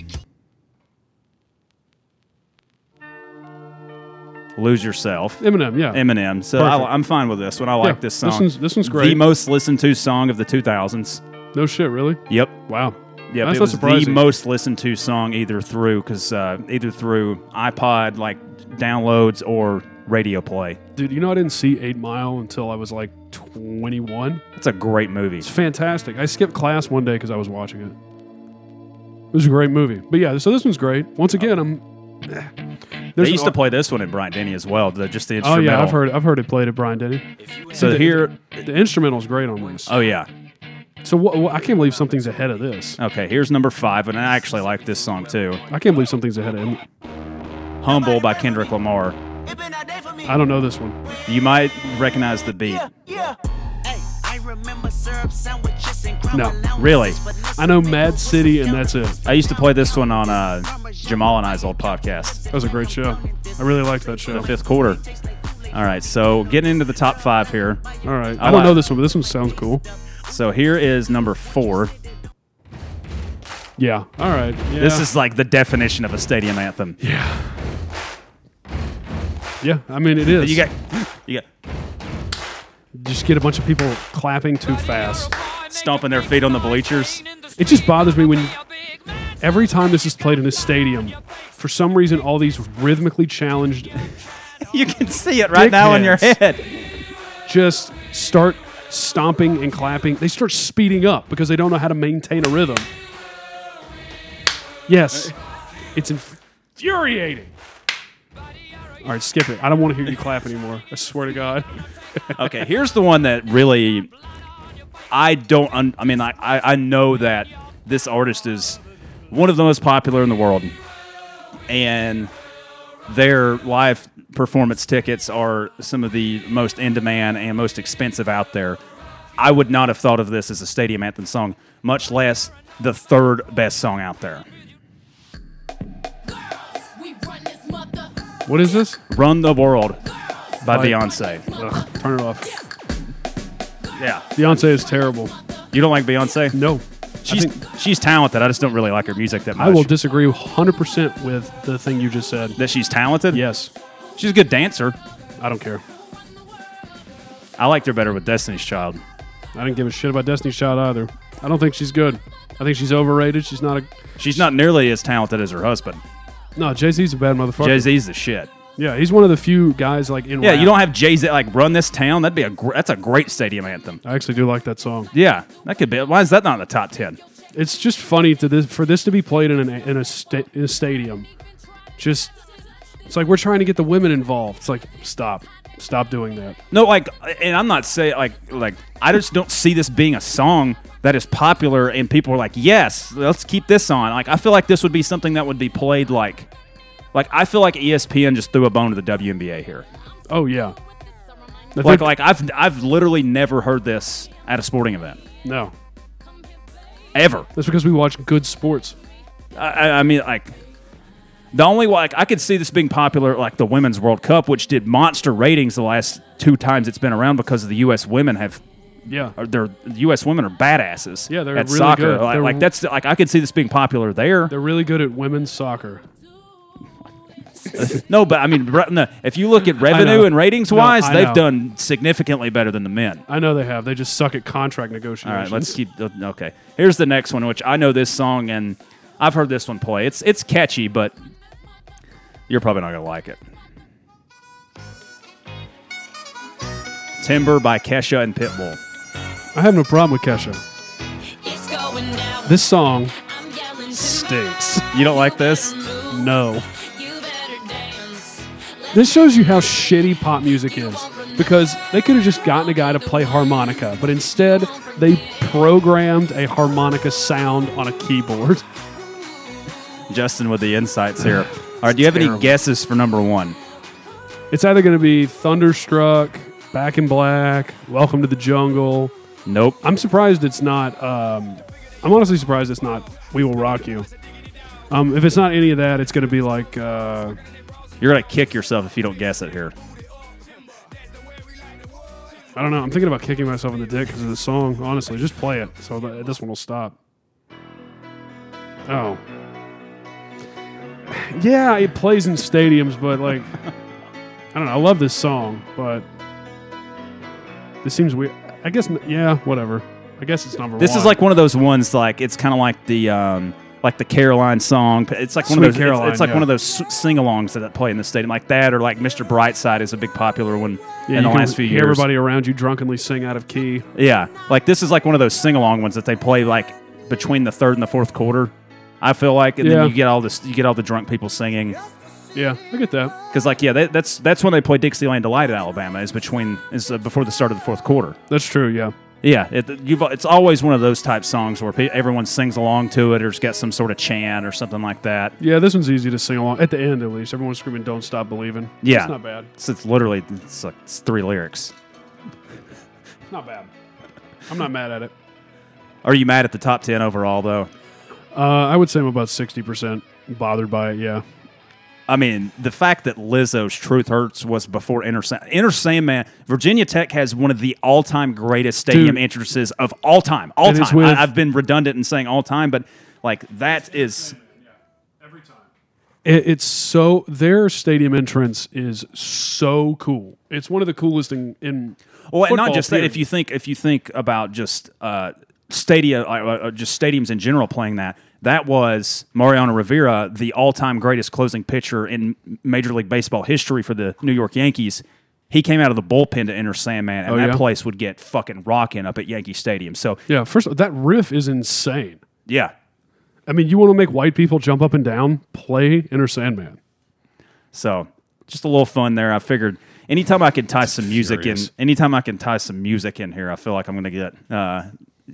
[SPEAKER 1] Lose yourself,
[SPEAKER 2] Eminem. Yeah,
[SPEAKER 1] Eminem. So
[SPEAKER 2] Perfect.
[SPEAKER 1] I, am fine with this one. I like
[SPEAKER 2] Yeah,
[SPEAKER 1] this
[SPEAKER 2] this
[SPEAKER 1] song.
[SPEAKER 2] one's- this one's
[SPEAKER 1] The
[SPEAKER 2] great.
[SPEAKER 1] most listened to song of the 2000s.
[SPEAKER 2] no shit, really.
[SPEAKER 1] Yep.
[SPEAKER 2] Wow.
[SPEAKER 1] Yep,
[SPEAKER 2] that's
[SPEAKER 1] it
[SPEAKER 2] not
[SPEAKER 1] was the
[SPEAKER 2] surprising.
[SPEAKER 1] most listened to song either through because uh, either through iPod like downloads or radio play.
[SPEAKER 2] Dude, you know I didn't see Eight Mile until I was like 21.
[SPEAKER 1] It's a great movie.
[SPEAKER 2] It's fantastic. I skipped class one day because I was watching it. It was a great movie. But yeah, so this one's great. Once again, I'm.
[SPEAKER 1] They
[SPEAKER 2] an
[SPEAKER 1] used to
[SPEAKER 2] ar-
[SPEAKER 1] play this one in Brian Denny as well. The, just the
[SPEAKER 2] Oh
[SPEAKER 1] instrumental.
[SPEAKER 2] yeah, I've heard I've heard it played at Brian Denny.
[SPEAKER 1] So here,
[SPEAKER 2] The instrumental's great on this.
[SPEAKER 1] oh yeah,
[SPEAKER 2] So wha wha- I can't believe something's ahead of this.
[SPEAKER 1] okay. Here's number five, and I actually like this song too.
[SPEAKER 2] I can't believe something's ahead of him.
[SPEAKER 1] Humble by Kendrick Lamar.
[SPEAKER 2] I don't know this one.
[SPEAKER 1] You might recognize the beat.
[SPEAKER 3] yeah.
[SPEAKER 4] Hey, I remember syrup sandwiches and crime
[SPEAKER 2] No,
[SPEAKER 4] allowances,
[SPEAKER 1] really.
[SPEAKER 4] but listen,
[SPEAKER 2] I know Mad City, and that's it.
[SPEAKER 1] I used to play this one on uh, Jamal and I's old podcast,
[SPEAKER 2] That was a great show. I really liked that show.
[SPEAKER 1] the fifth quarter. All right, so getting into the top five here.
[SPEAKER 2] All right.
[SPEAKER 1] I
[SPEAKER 2] I don't know
[SPEAKER 1] like-
[SPEAKER 2] this one, but this one sounds cool.
[SPEAKER 1] So here is number four.
[SPEAKER 2] Yeah. All right. Yeah.
[SPEAKER 1] This is like the definition of a stadium anthem.
[SPEAKER 2] Yeah. I mean, it is.
[SPEAKER 1] You got, you got
[SPEAKER 2] just get a bunch of people clapping too fast.
[SPEAKER 1] stomping their feet on the bleachers.
[SPEAKER 2] It just bothers me when every time this is played in a stadium, for some reason, all these rhythmically challenged
[SPEAKER 1] You can see it right now in your
[SPEAKER 2] Dickheads.
[SPEAKER 1] head.
[SPEAKER 2] just start stomping and clapping. They start speeding up because they don't know how to maintain a rhythm. Yes, it's infuriating. All right, skip it. I don't want to hear you clap anymore. I swear to God.
[SPEAKER 1] Okay, here's the one that really I don't. Un- I mean, I, I I know that this artist is one of the most popular in the world, and their live performance tickets are some of the most in demand and most expensive out there. I would not have thought of this as a stadium anthem song, much less the third best song out there.
[SPEAKER 2] What is this?
[SPEAKER 1] "Run the World" by
[SPEAKER 2] Right.
[SPEAKER 1] Beyonce.
[SPEAKER 2] Ugh, turn it off.
[SPEAKER 1] Yeah,
[SPEAKER 2] Beyonce is terrible.
[SPEAKER 1] you don't like Beyonce?
[SPEAKER 2] No.
[SPEAKER 1] She's
[SPEAKER 2] I, think-
[SPEAKER 1] she's talented. I just don't really like her music that much.
[SPEAKER 2] I will disagree 100% with the thing you just said.
[SPEAKER 1] that she's talented.
[SPEAKER 2] Yes,
[SPEAKER 1] she's a good dancer.
[SPEAKER 2] I don't care.
[SPEAKER 1] I liked her better with Destiny's Child.
[SPEAKER 2] I didn't give a shit about Destiny's Child either. I don't think she's good. I think she's overrated. She's not a.
[SPEAKER 1] She's not nearly as talented as her husband.
[SPEAKER 2] No, Jay Z's a bad motherfucker.
[SPEAKER 1] Jay Z's the shit.
[SPEAKER 2] Yeah, he's one of the few guys like in.
[SPEAKER 1] Yeah,
[SPEAKER 2] rap.
[SPEAKER 1] you don't have Jay Z like run this town. That'd be a gr- that's a great stadium anthem.
[SPEAKER 2] I actually do like that song.
[SPEAKER 1] Yeah, that could be. Why is that not in the top ten?
[SPEAKER 2] It's just funny to this for this to be played in an, in a sta- in a stadium. Just it's like we're trying to get the women involved. It's like stop, stop doing that.
[SPEAKER 1] No, like, and I'm not saying like like I just don't see this being a song that is popular and people are like, yes, let's keep this on. Like, I feel like this would be something that would be played like, like I feel like E ESPN just threw a bone to the WNBA here.
[SPEAKER 2] Oh yeah, I
[SPEAKER 1] Like,
[SPEAKER 2] think-
[SPEAKER 1] like I've I've literally never heard this at a sporting event
[SPEAKER 2] no,
[SPEAKER 1] ever.
[SPEAKER 2] that's because we watch good sports.
[SPEAKER 1] I, I mean, like the only like I could see this being popular, like the Women's World Cup, which did monster ratings the last two times it's been around because of the U.S. women have.
[SPEAKER 2] Yeah,
[SPEAKER 1] are- Their U.S. women are badasses.
[SPEAKER 2] Yeah, they're
[SPEAKER 1] at
[SPEAKER 2] really
[SPEAKER 1] soccer.
[SPEAKER 2] good.
[SPEAKER 1] Like,
[SPEAKER 2] They're-
[SPEAKER 1] like, that's like I could see this being popular there.
[SPEAKER 2] they're really good at women's soccer.
[SPEAKER 1] No, but I mean, re- no, if you look at revenue
[SPEAKER 2] know.
[SPEAKER 1] and ratings
[SPEAKER 2] No,
[SPEAKER 1] wise,
[SPEAKER 2] I
[SPEAKER 1] they've
[SPEAKER 2] know.
[SPEAKER 1] done significantly better than the men.
[SPEAKER 2] I know they have. They just suck at contract
[SPEAKER 1] All
[SPEAKER 2] negotiations.
[SPEAKER 1] right, let's keep. Okay, here's the next one, which I know this song and I've heard this one play. It's it's catchy, but you're probably not gonna like it. Timber by Kesha and Pitbull.
[SPEAKER 2] I have no problem with Kesha. This song,
[SPEAKER 1] Stinks. You don't like this?
[SPEAKER 2] no. This shows you how shitty pop music is because they could have just gotten a guy to play harmonica, but instead they programmed a harmonica sound on a keyboard.
[SPEAKER 1] Justin with the insights here. All right, do you have any
[SPEAKER 2] Terrible.
[SPEAKER 1] guesses for number one?
[SPEAKER 2] It's either going to be Thunderstruck, Back in Black, Welcome to the Jungle.
[SPEAKER 1] Nope.
[SPEAKER 2] I'm surprised it's not. Um, I'm honestly surprised it's not We Will Rock You. Um, if it's not any of that, it's going to be like. Uh,
[SPEAKER 1] You're gonna kick yourself if you don't guess it here.
[SPEAKER 2] I don't know. I'm thinking about kicking myself in the dick because of the song. Honestly, just play it so that this one will stop. Oh, yeah, it plays in stadiums, but like, I don't know. I love this song, but this seems weird. I guess, n- yeah, whatever. I guess it's number
[SPEAKER 1] This
[SPEAKER 2] one.
[SPEAKER 1] is like one of those ones like it's kind of like the um, like the Caroline song. It's like one
[SPEAKER 2] Sweet
[SPEAKER 1] of those. it's-
[SPEAKER 2] Caroline,
[SPEAKER 1] it's, like
[SPEAKER 2] yeah.
[SPEAKER 1] one of those sing-alongs that play in the stadium, like that, or like Mr. Brightside is a big popular one
[SPEAKER 2] yeah,
[SPEAKER 1] in
[SPEAKER 2] you
[SPEAKER 1] the
[SPEAKER 2] can
[SPEAKER 1] last few
[SPEAKER 2] hear
[SPEAKER 1] years.
[SPEAKER 2] Everybody around you drunkenly sing out of key.
[SPEAKER 1] Yeah, like this is like one of those sing-along ones that they play like between the third and the fourth quarter. I feel like, and
[SPEAKER 2] Yeah.
[SPEAKER 1] then you get all this, you get all the drunk people singing
[SPEAKER 2] Yeah, I get that.
[SPEAKER 1] because, like, yeah, that, that's that's when they play Dixieland Delight at Alabama is between is uh, before the start of the fourth quarter.
[SPEAKER 2] That's true. Yeah,
[SPEAKER 1] Yeah, it, you've, it's always one of those type songs where pe- everyone sings along to it or it's got some sort of chant or something like that.
[SPEAKER 2] Yeah, this one's easy to sing along at the end at least. Everyone's screaming "Don't stop believing."
[SPEAKER 1] Yeah.
[SPEAKER 2] it's not bad.
[SPEAKER 1] It's, it's literally it's like it's three lyrics.
[SPEAKER 2] It's not bad. I'm not mad at it.
[SPEAKER 1] Are you mad at the top 10 overall, though?
[SPEAKER 2] Uh, I would say I'm about sixty percent bothered by it. Yeah,
[SPEAKER 1] I mean, the fact that Lizzo's Truth Hurts was before Inner Sandman. Inner Sandman, Virginia Tech has one of the all time greatest stadium
[SPEAKER 2] Dude.
[SPEAKER 1] entrances of all time. All
[SPEAKER 2] And it's
[SPEAKER 1] time.
[SPEAKER 2] with-
[SPEAKER 1] I, I've been redundant in saying all time, but like that is.
[SPEAKER 2] it, it's so their stadium entrance is so cool. It's one of the coolest in. in
[SPEAKER 1] Well, and not
[SPEAKER 2] football,
[SPEAKER 1] just that. If
[SPEAKER 2] period.
[SPEAKER 1] you think if you think about just uh, stadia, uh, uh, just stadiums in general playing that, that was Mariano Rivera, the all-time greatest closing pitcher in Major League Baseball history for the New York Yankees. He came out of the bullpen to enter Sandman, and
[SPEAKER 2] Oh,
[SPEAKER 1] that
[SPEAKER 2] yeah?
[SPEAKER 1] place would get fucking rocking up at Yankee Stadium. So
[SPEAKER 2] yeah, first that riff is insane.
[SPEAKER 1] yeah,
[SPEAKER 2] I mean, you want to make white people jump up and down? Play Inner Sandman.
[SPEAKER 1] so just a little fun there. I figured anytime I can tie some music
[SPEAKER 2] Furious.
[SPEAKER 1] in, anytime I can tie some music in here, I feel like I'm gonna get uh,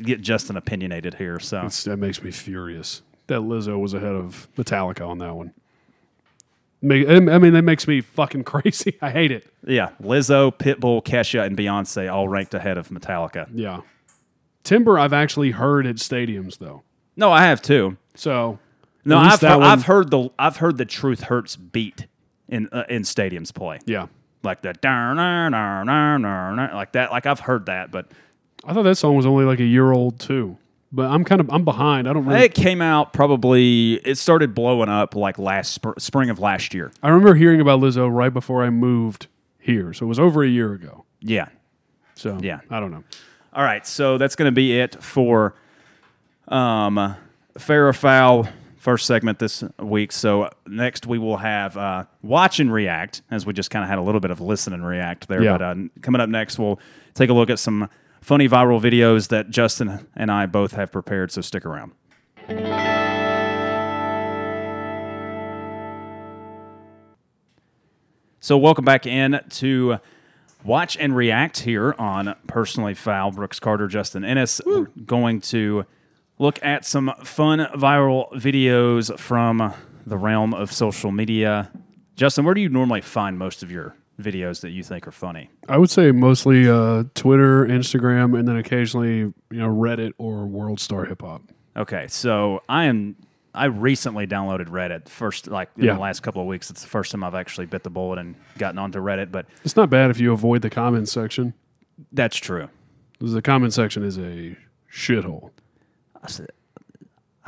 [SPEAKER 1] get Justin opinionated here. So
[SPEAKER 2] It's- that makes me furious. That Lizzo was ahead of Metallica on that one. Ma- I mean, that makes me fucking crazy. I hate it.
[SPEAKER 1] Yeah, Lizzo, Pitbull, Kesha, and Beyonce all ranked ahead of Metallica.
[SPEAKER 2] Yeah. Timber, I've actually heard at stadiums though.
[SPEAKER 1] No, I have too.
[SPEAKER 2] So
[SPEAKER 1] No,
[SPEAKER 2] at least
[SPEAKER 1] I've
[SPEAKER 2] that
[SPEAKER 1] heard,
[SPEAKER 2] one-
[SPEAKER 1] I've heard the I've heard the Truth Hurts beat in uh, in stadiums play
[SPEAKER 2] Yeah,
[SPEAKER 1] like that darn like that like I've heard that, but
[SPEAKER 2] I thought that song was only like a year old too. But I'm kind of I'm behind. I don't really.
[SPEAKER 1] it came out probably it started blowing up like last spr- spring of last year.
[SPEAKER 2] I remember hearing about Lizzo right before I moved here, so it was over a year ago.
[SPEAKER 1] Yeah.
[SPEAKER 2] So
[SPEAKER 1] Yeah.
[SPEAKER 2] I don't know.
[SPEAKER 1] All right, so that's going to be it for um, fair or foul first segment this week. So next we will have uh, watch and react, as we just kind of had a little bit of listen and react there.
[SPEAKER 2] Yeah.
[SPEAKER 1] But uh, coming up next, we'll take a look at some funny viral videos that Justin and I both have prepared. So stick around. So welcome back in to watch and react here on personally foul. Brooks Carter, Justin Ennis. We're going to look at some fun viral videos from the realm of social media. Justin, where do you normally find most of your videos that you think are funny?
[SPEAKER 2] I would say mostly uh, Twitter, Instagram, and then occasionally you know Reddit or World Star Hip Hop.
[SPEAKER 1] Okay, so I am. I recently downloaded Reddit first, like in
[SPEAKER 2] Yeah.
[SPEAKER 1] the last couple of weeks. It's the first time I've actually bit the bullet and gotten onto Reddit, but
[SPEAKER 2] It's not bad if you avoid the comment section.
[SPEAKER 1] that's true.
[SPEAKER 2] 'cause The comment section is a shithole.
[SPEAKER 1] I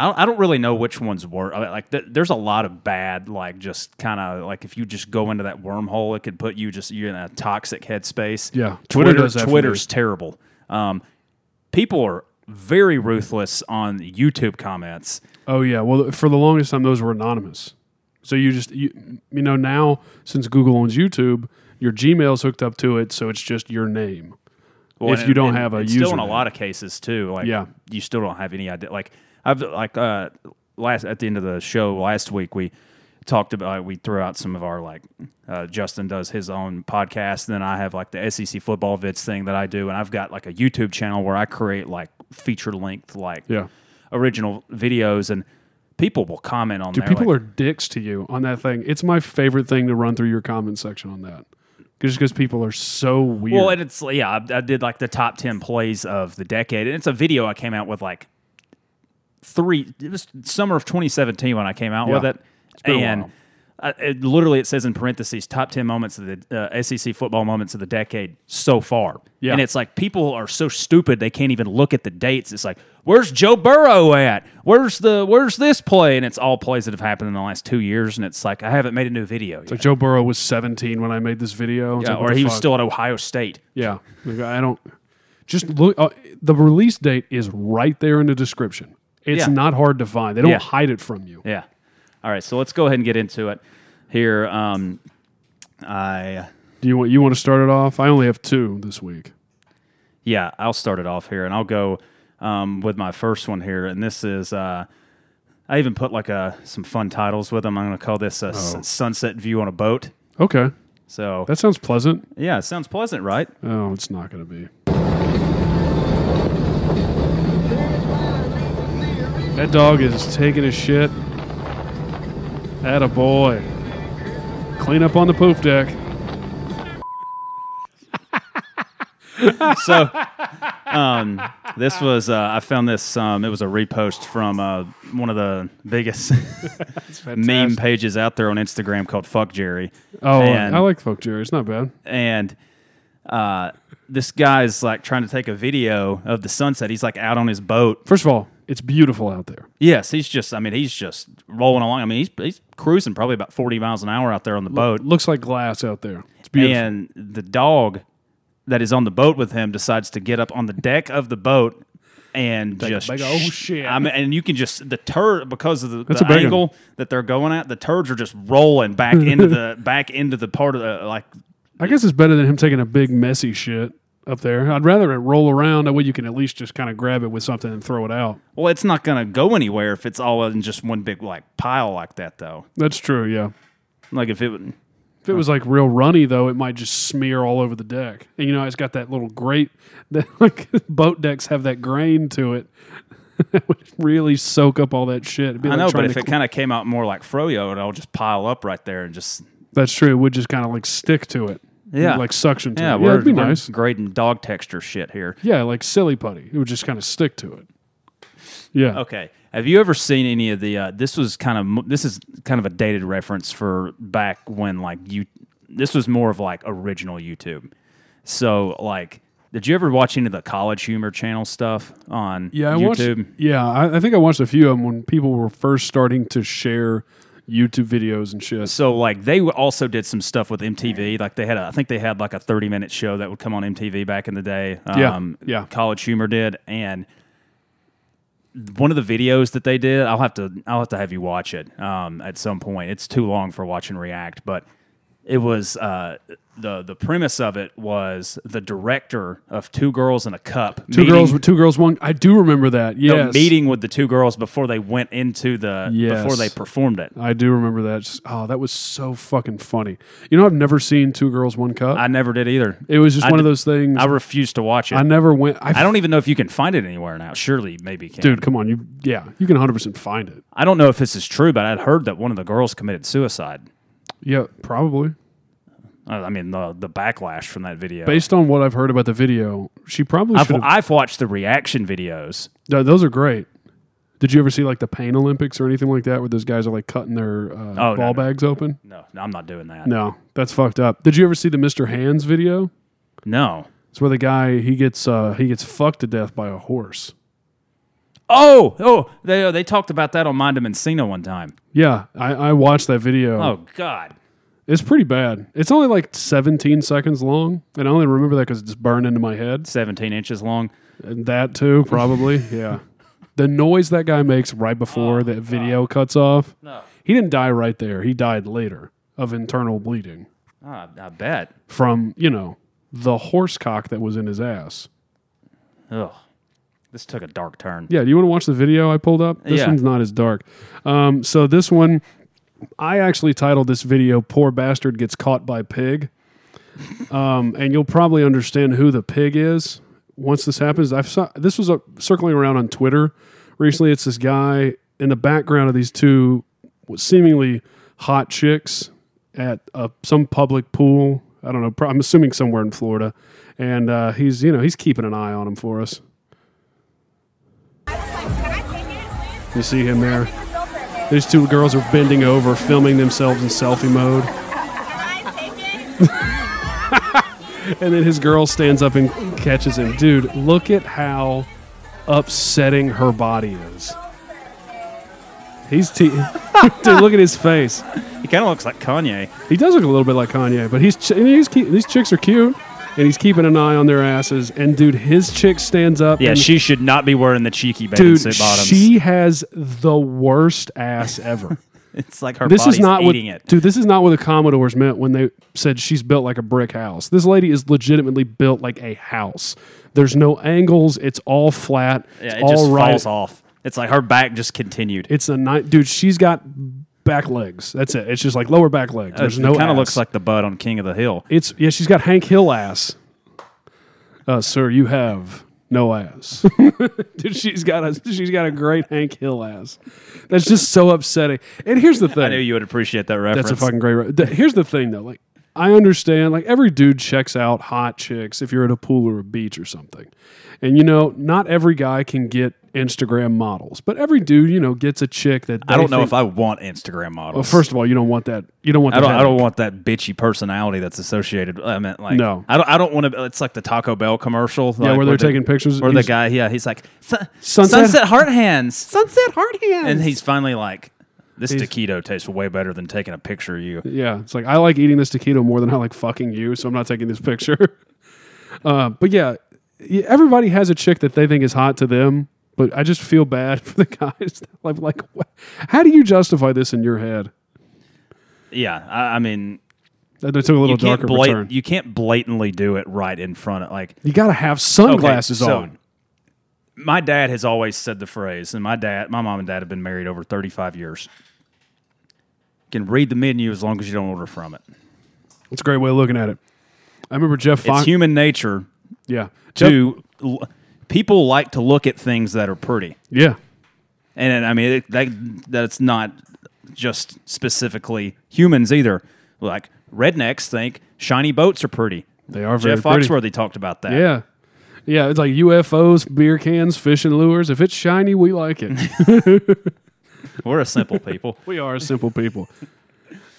[SPEAKER 1] don't, I don't really know which one's worse. Like, th- there's a lot of bad, like, just kind of like if you just go into that wormhole, it could put you just you're in a toxic headspace.
[SPEAKER 2] Yeah.
[SPEAKER 1] Twitter,
[SPEAKER 2] Twitter does that for me.
[SPEAKER 1] Twitter's terrible. Um, people are very ruthless on YouTube comments.
[SPEAKER 2] Oh yeah. Well, for the longest time, those were anonymous. So you just you, you know now since Google owns YouTube, your Gmail's hooked up to it, so it's just your name.
[SPEAKER 1] Well,
[SPEAKER 2] If
[SPEAKER 1] and-
[SPEAKER 2] you don't
[SPEAKER 1] and
[SPEAKER 2] have a
[SPEAKER 1] it's still in a
[SPEAKER 2] username.
[SPEAKER 1] lot of cases too. Like,
[SPEAKER 2] Yeah.
[SPEAKER 1] you still don't have any idea. Like, I've like uh, last at the end of the show last week we talked about we threw out some of our like uh, Justin does his own podcast, and then I have like the SEC football vids thing that I do, and I've got like a YouTube channel where I create like feature length like
[SPEAKER 2] Yeah.
[SPEAKER 1] original videos, and people will comment on. there,
[SPEAKER 2] People
[SPEAKER 1] like,
[SPEAKER 2] are dicks to you on that thing. It's my favorite thing to run through your comment section on that, just because people are so weird.
[SPEAKER 1] Well, and it's yeah, I, I did like the top ten plays of the decade, and it's a video I came out with like three. It was summer of 2017 when I came out
[SPEAKER 2] Yeah.
[SPEAKER 1] with it,
[SPEAKER 2] been a
[SPEAKER 1] and
[SPEAKER 2] while.
[SPEAKER 1] I, it, literally it says in parentheses top ten moments of the uh, SEC football moments of the decade so far.
[SPEAKER 2] Yeah.
[SPEAKER 1] and it's like people are so stupid they can't even look at the dates. It's like where's Joe Burrow at? Where's the where's this play? And it's all plays that have happened in the last two years, and it's like I haven't made a new video. Yet.
[SPEAKER 2] like Joe Burrow was 17 when I made this video. It's
[SPEAKER 1] Yeah,
[SPEAKER 2] like, what
[SPEAKER 1] or
[SPEAKER 2] the
[SPEAKER 1] he was
[SPEAKER 2] fuck?
[SPEAKER 1] still at Ohio State.
[SPEAKER 2] Yeah, Like, I don't. Just look. Uh, the release date is right there in the description. It's
[SPEAKER 1] Yeah.
[SPEAKER 2] not hard to find. They don't
[SPEAKER 1] Yeah.
[SPEAKER 2] hide it from you.
[SPEAKER 1] Yeah. All right. So let's go ahead and get into it here. Um, I
[SPEAKER 2] Do you want you want to start it off? I only have two this week.
[SPEAKER 1] yeah, I'll start it off here, and I'll go um, with my first one here, and this is uh, I even put like a some fun titles with them. I'm going to call this a s- sunset view on a boat.
[SPEAKER 2] Okay,
[SPEAKER 1] So
[SPEAKER 2] that sounds pleasant.
[SPEAKER 1] yeah, it sounds pleasant, right?
[SPEAKER 2] Oh, it's not going to be. That dog is taking a shit. At a boy. Clean up on the poop deck.
[SPEAKER 1] so um, this was uh, I found this um, it was a repost from uh, one of the biggest meme pages out there on Instagram called Fuck Jerry.
[SPEAKER 2] Oh,
[SPEAKER 1] and,
[SPEAKER 2] I like folk Jerry. It's not bad.
[SPEAKER 1] and uh, this guy's like trying to take a video of the sunset. He's like out on his boat.
[SPEAKER 2] First of all, it's beautiful out there.
[SPEAKER 1] Yes, he's just I mean he's just rolling along. I mean he's he's cruising probably about forty miles an hour out there on the boat.
[SPEAKER 2] It looks like glass out there. It's beautiful.
[SPEAKER 1] And the dog that is on the boat with him decides to get up on the deck of the boat and just
[SPEAKER 2] big ol'
[SPEAKER 1] sh-
[SPEAKER 2] shit.
[SPEAKER 1] I mean, and you can just the turd because of the,
[SPEAKER 2] That's
[SPEAKER 1] the
[SPEAKER 2] a big
[SPEAKER 1] angle that they're going at. The turds are just rolling back into the back into the part of the like.
[SPEAKER 2] I guess it's better than him taking a big messy shit up there. I'd rather it roll around. That way you can at least just kind of grab it with something and throw it out.
[SPEAKER 1] Well, it's not gonna go anywhere if it's all in just one big like pile like that though.
[SPEAKER 2] That's true, yeah.
[SPEAKER 1] Like if it would.
[SPEAKER 2] If it was like real runny though, it might just smear all over the deck. And you know, it's got that little grate that like boat decks have that grain to it. that would really soak up all that shit. It'd be
[SPEAKER 1] I
[SPEAKER 2] like
[SPEAKER 1] know, but
[SPEAKER 2] trying
[SPEAKER 1] if
[SPEAKER 2] to
[SPEAKER 1] it
[SPEAKER 2] cl-
[SPEAKER 1] kind of came out more like Froyo, it'd all just pile up right there and just
[SPEAKER 2] that's true, it would just kind of like stick to it.
[SPEAKER 1] Yeah.
[SPEAKER 2] like suction to
[SPEAKER 1] yeah.
[SPEAKER 2] it.
[SPEAKER 1] we're,
[SPEAKER 2] Yeah, it'd be
[SPEAKER 1] we're
[SPEAKER 2] nice.
[SPEAKER 1] grading dog texture shit here.
[SPEAKER 2] Yeah, like silly putty. It would just kind of stick to it. Yeah.
[SPEAKER 1] Okay. Have you ever seen any of the? Uh, this was kind of mo- this is kind of a dated reference for back when like you. This was more of like original YouTube. So like, did you ever watch any of the College Humor Channel stuff on
[SPEAKER 2] Yeah, I
[SPEAKER 1] YouTube?
[SPEAKER 2] watched. Yeah, I, I think I watched a few of them when people were first starting to share YouTube videos and shit.
[SPEAKER 1] so like they w- also did some stuff with MTV. Like they had, a, I think they had like a thirty minute show that would come on MTV back in the day. Um,
[SPEAKER 2] Yeah, yeah.
[SPEAKER 1] College Humor did, and one of the videos that they did, I'll have to, I'll have to have you watch it um, at some point. It's too long for watch and react, but it was uh, the the premise of it was the director of Two Girls in a Cup.
[SPEAKER 2] Two girls with two girls one. I do remember that.
[SPEAKER 1] no,
[SPEAKER 2] Yes.
[SPEAKER 1] meeting with the two girls before they went into the
[SPEAKER 2] Yes.
[SPEAKER 1] before they performed it.
[SPEAKER 2] I do remember that. Just- Oh, that was so fucking funny. You know, I've never seen Two Girls One Cup.
[SPEAKER 1] I never did either.
[SPEAKER 2] it was just
[SPEAKER 1] I
[SPEAKER 2] one of
[SPEAKER 1] did-
[SPEAKER 2] those things.
[SPEAKER 1] I
[SPEAKER 2] I,
[SPEAKER 1] refuse to watch it.
[SPEAKER 2] never went. I,
[SPEAKER 1] I don't even know if you can find it anywhere now. Surely, maybe you can.
[SPEAKER 2] dude. Come on, you. Yeah, you can 100 percent find it.
[SPEAKER 1] I don't know if this is true, but I'd heard that one of the girls committed suicide.
[SPEAKER 2] Yeah, probably.
[SPEAKER 1] Uh, I mean, the the backlash from that video.
[SPEAKER 2] Based on what I've heard about the video, she probably
[SPEAKER 1] I've,
[SPEAKER 2] should.
[SPEAKER 1] I've watched the reaction videos.
[SPEAKER 2] No, those are great. Did you ever see like the Pain Olympics or anything like that, where those guys are like cutting their uh,
[SPEAKER 1] Oh, no, no.
[SPEAKER 2] ball bags open?
[SPEAKER 1] No, no, I'm not doing that.
[SPEAKER 2] No, that's fucked up. Did you ever see the Mr. Hands video?
[SPEAKER 1] No.
[SPEAKER 2] It's where the guy he gets uh, he gets fucked to death by a horse.
[SPEAKER 1] Oh, oh, they uh, they talked about that on Mind of Encino one time.
[SPEAKER 2] Yeah, I, I watched that video.
[SPEAKER 1] Oh God.
[SPEAKER 2] It's pretty bad. It's only like 17 seconds long, and I only remember that because it just burned into my head.
[SPEAKER 1] 17 inches long.
[SPEAKER 2] And that too, probably. yeah. The noise that guy makes right before that video cuts off. No. He didn't die right there. He died later of internal bleeding
[SPEAKER 1] Oh, I, I bet.
[SPEAKER 2] from, you know, the horse cock that was in his ass.
[SPEAKER 1] Ugh. This took a dark turn.
[SPEAKER 2] Yeah, do you want to watch the video I pulled up? This
[SPEAKER 1] Yeah.
[SPEAKER 2] one's not as dark. Um, so this one, I actually titled this video "Poor Bastard Gets Caught by Pig," um, and you'll probably understand who the pig is once this happens. I've saw, this was uh circling around on Twitter recently. It's this guy in the background of these two seemingly hot chicks at uh, some public pool. I don't know. pro- I'm assuming somewhere in Florida, and uh, he's you know he's keeping an eye on them for us. You see him there. These two girls are bending over, filming themselves in selfie mode. and then his girl stands up and catches him. Dude, look at how upsetting her body is. He's te- dude. Look at his face.
[SPEAKER 1] He kind of looks like Kanye.
[SPEAKER 2] He does look a little bit like Kanye, but he's ch- and he's keep- these chicks are cute, and he's keeping an eye on their asses. And dude, his chick stands up.
[SPEAKER 1] Yeah,
[SPEAKER 2] and
[SPEAKER 1] she should not be wearing the cheeky bathing
[SPEAKER 2] dude,
[SPEAKER 1] suit bottoms.
[SPEAKER 2] she has the worst ass ever.
[SPEAKER 1] it's like her
[SPEAKER 2] this
[SPEAKER 1] body's
[SPEAKER 2] is not what,
[SPEAKER 1] eating it.
[SPEAKER 2] dude. This is not what the Commodores meant when they said she's built like a brick house. This lady is legitimately built like a house. There's no angles. It's all flat. It's
[SPEAKER 1] Yeah, it
[SPEAKER 2] all
[SPEAKER 1] just
[SPEAKER 2] right.
[SPEAKER 1] falls off. It's like her back just continued.
[SPEAKER 2] It's a night, dude. She's got back legs. That's it. It's just like lower back legs. There's
[SPEAKER 1] Uh, it
[SPEAKER 2] no.
[SPEAKER 1] kind of
[SPEAKER 2] ass.
[SPEAKER 1] looks like the bud on King of the Hill.
[SPEAKER 2] it's yeah. She's got Hank Hill ass. Uh, sir, you have no ass. Dude, she's got a she's got a great Hank Hill ass. That's just so upsetting. And here's the thing.
[SPEAKER 1] I knew you would appreciate that reference.
[SPEAKER 2] That's a fucking great. Re- Th- Here's the thing though, like I understand, like every dude checks out hot chicks if you're at a pool or a beach or something, and you know, not every guy can get Instagram models, but every dude, you know, gets a chick that
[SPEAKER 1] I don't know
[SPEAKER 2] think-
[SPEAKER 1] if I want Instagram models.
[SPEAKER 2] Well, first of all, you don't want that. You don't want.
[SPEAKER 1] I
[SPEAKER 2] That
[SPEAKER 1] don't. I don't
[SPEAKER 2] Want,
[SPEAKER 1] want that bitchy personality that's associated. I mean, like,
[SPEAKER 2] No.
[SPEAKER 1] I don't. I don't want to. It's like the Taco Bell commercial. Yeah,
[SPEAKER 2] where they're taking pictures.
[SPEAKER 1] Or the
[SPEAKER 2] He's-
[SPEAKER 1] guy, yeah, he's like sunset,
[SPEAKER 2] Sunset-
[SPEAKER 1] sunset heart hands, sunset heart
[SPEAKER 2] hands.
[SPEAKER 1] and he's finally like, this taquito tastes way better than taking a picture of you.
[SPEAKER 2] yeah, it's like I like eating this taquito more than I like fucking you, so I'm not taking this picture. uh, but yeah, y- everybody has a chick that they think is hot to them. But I just feel bad for the guys. like, like, wha- how do you justify this in your head?
[SPEAKER 1] Yeah, I, I mean,
[SPEAKER 2] That that took a little
[SPEAKER 1] you can't
[SPEAKER 2] darker
[SPEAKER 1] blat-
[SPEAKER 2] return. You,
[SPEAKER 1] you can't blatantly do it right in front of like
[SPEAKER 2] got to have
[SPEAKER 1] okay,
[SPEAKER 2] sunglasses
[SPEAKER 1] so
[SPEAKER 2] on.
[SPEAKER 1] My dad has always said the phrase, and my dad, my mom and dad have been married over thirty five years. Can read the menu as long as you don't order from it.
[SPEAKER 2] It's a great way of looking at it. I remember Jeff
[SPEAKER 1] It's
[SPEAKER 2] Fox.
[SPEAKER 1] human nature
[SPEAKER 2] yeah, Jeff-
[SPEAKER 1] to l- people like to look at things that are pretty.
[SPEAKER 2] yeah,
[SPEAKER 1] And, and I mean, it, that that's not just specifically humans either. Like rednecks think shiny boats are pretty.
[SPEAKER 2] they are very
[SPEAKER 1] Jeff
[SPEAKER 2] pretty.
[SPEAKER 1] Foxworthy talked about that.
[SPEAKER 2] Yeah, yeah. It's like UFOs, beer cans, fishing lures. If it's shiny, we like it.
[SPEAKER 1] We're a simple people.
[SPEAKER 2] we are simple people.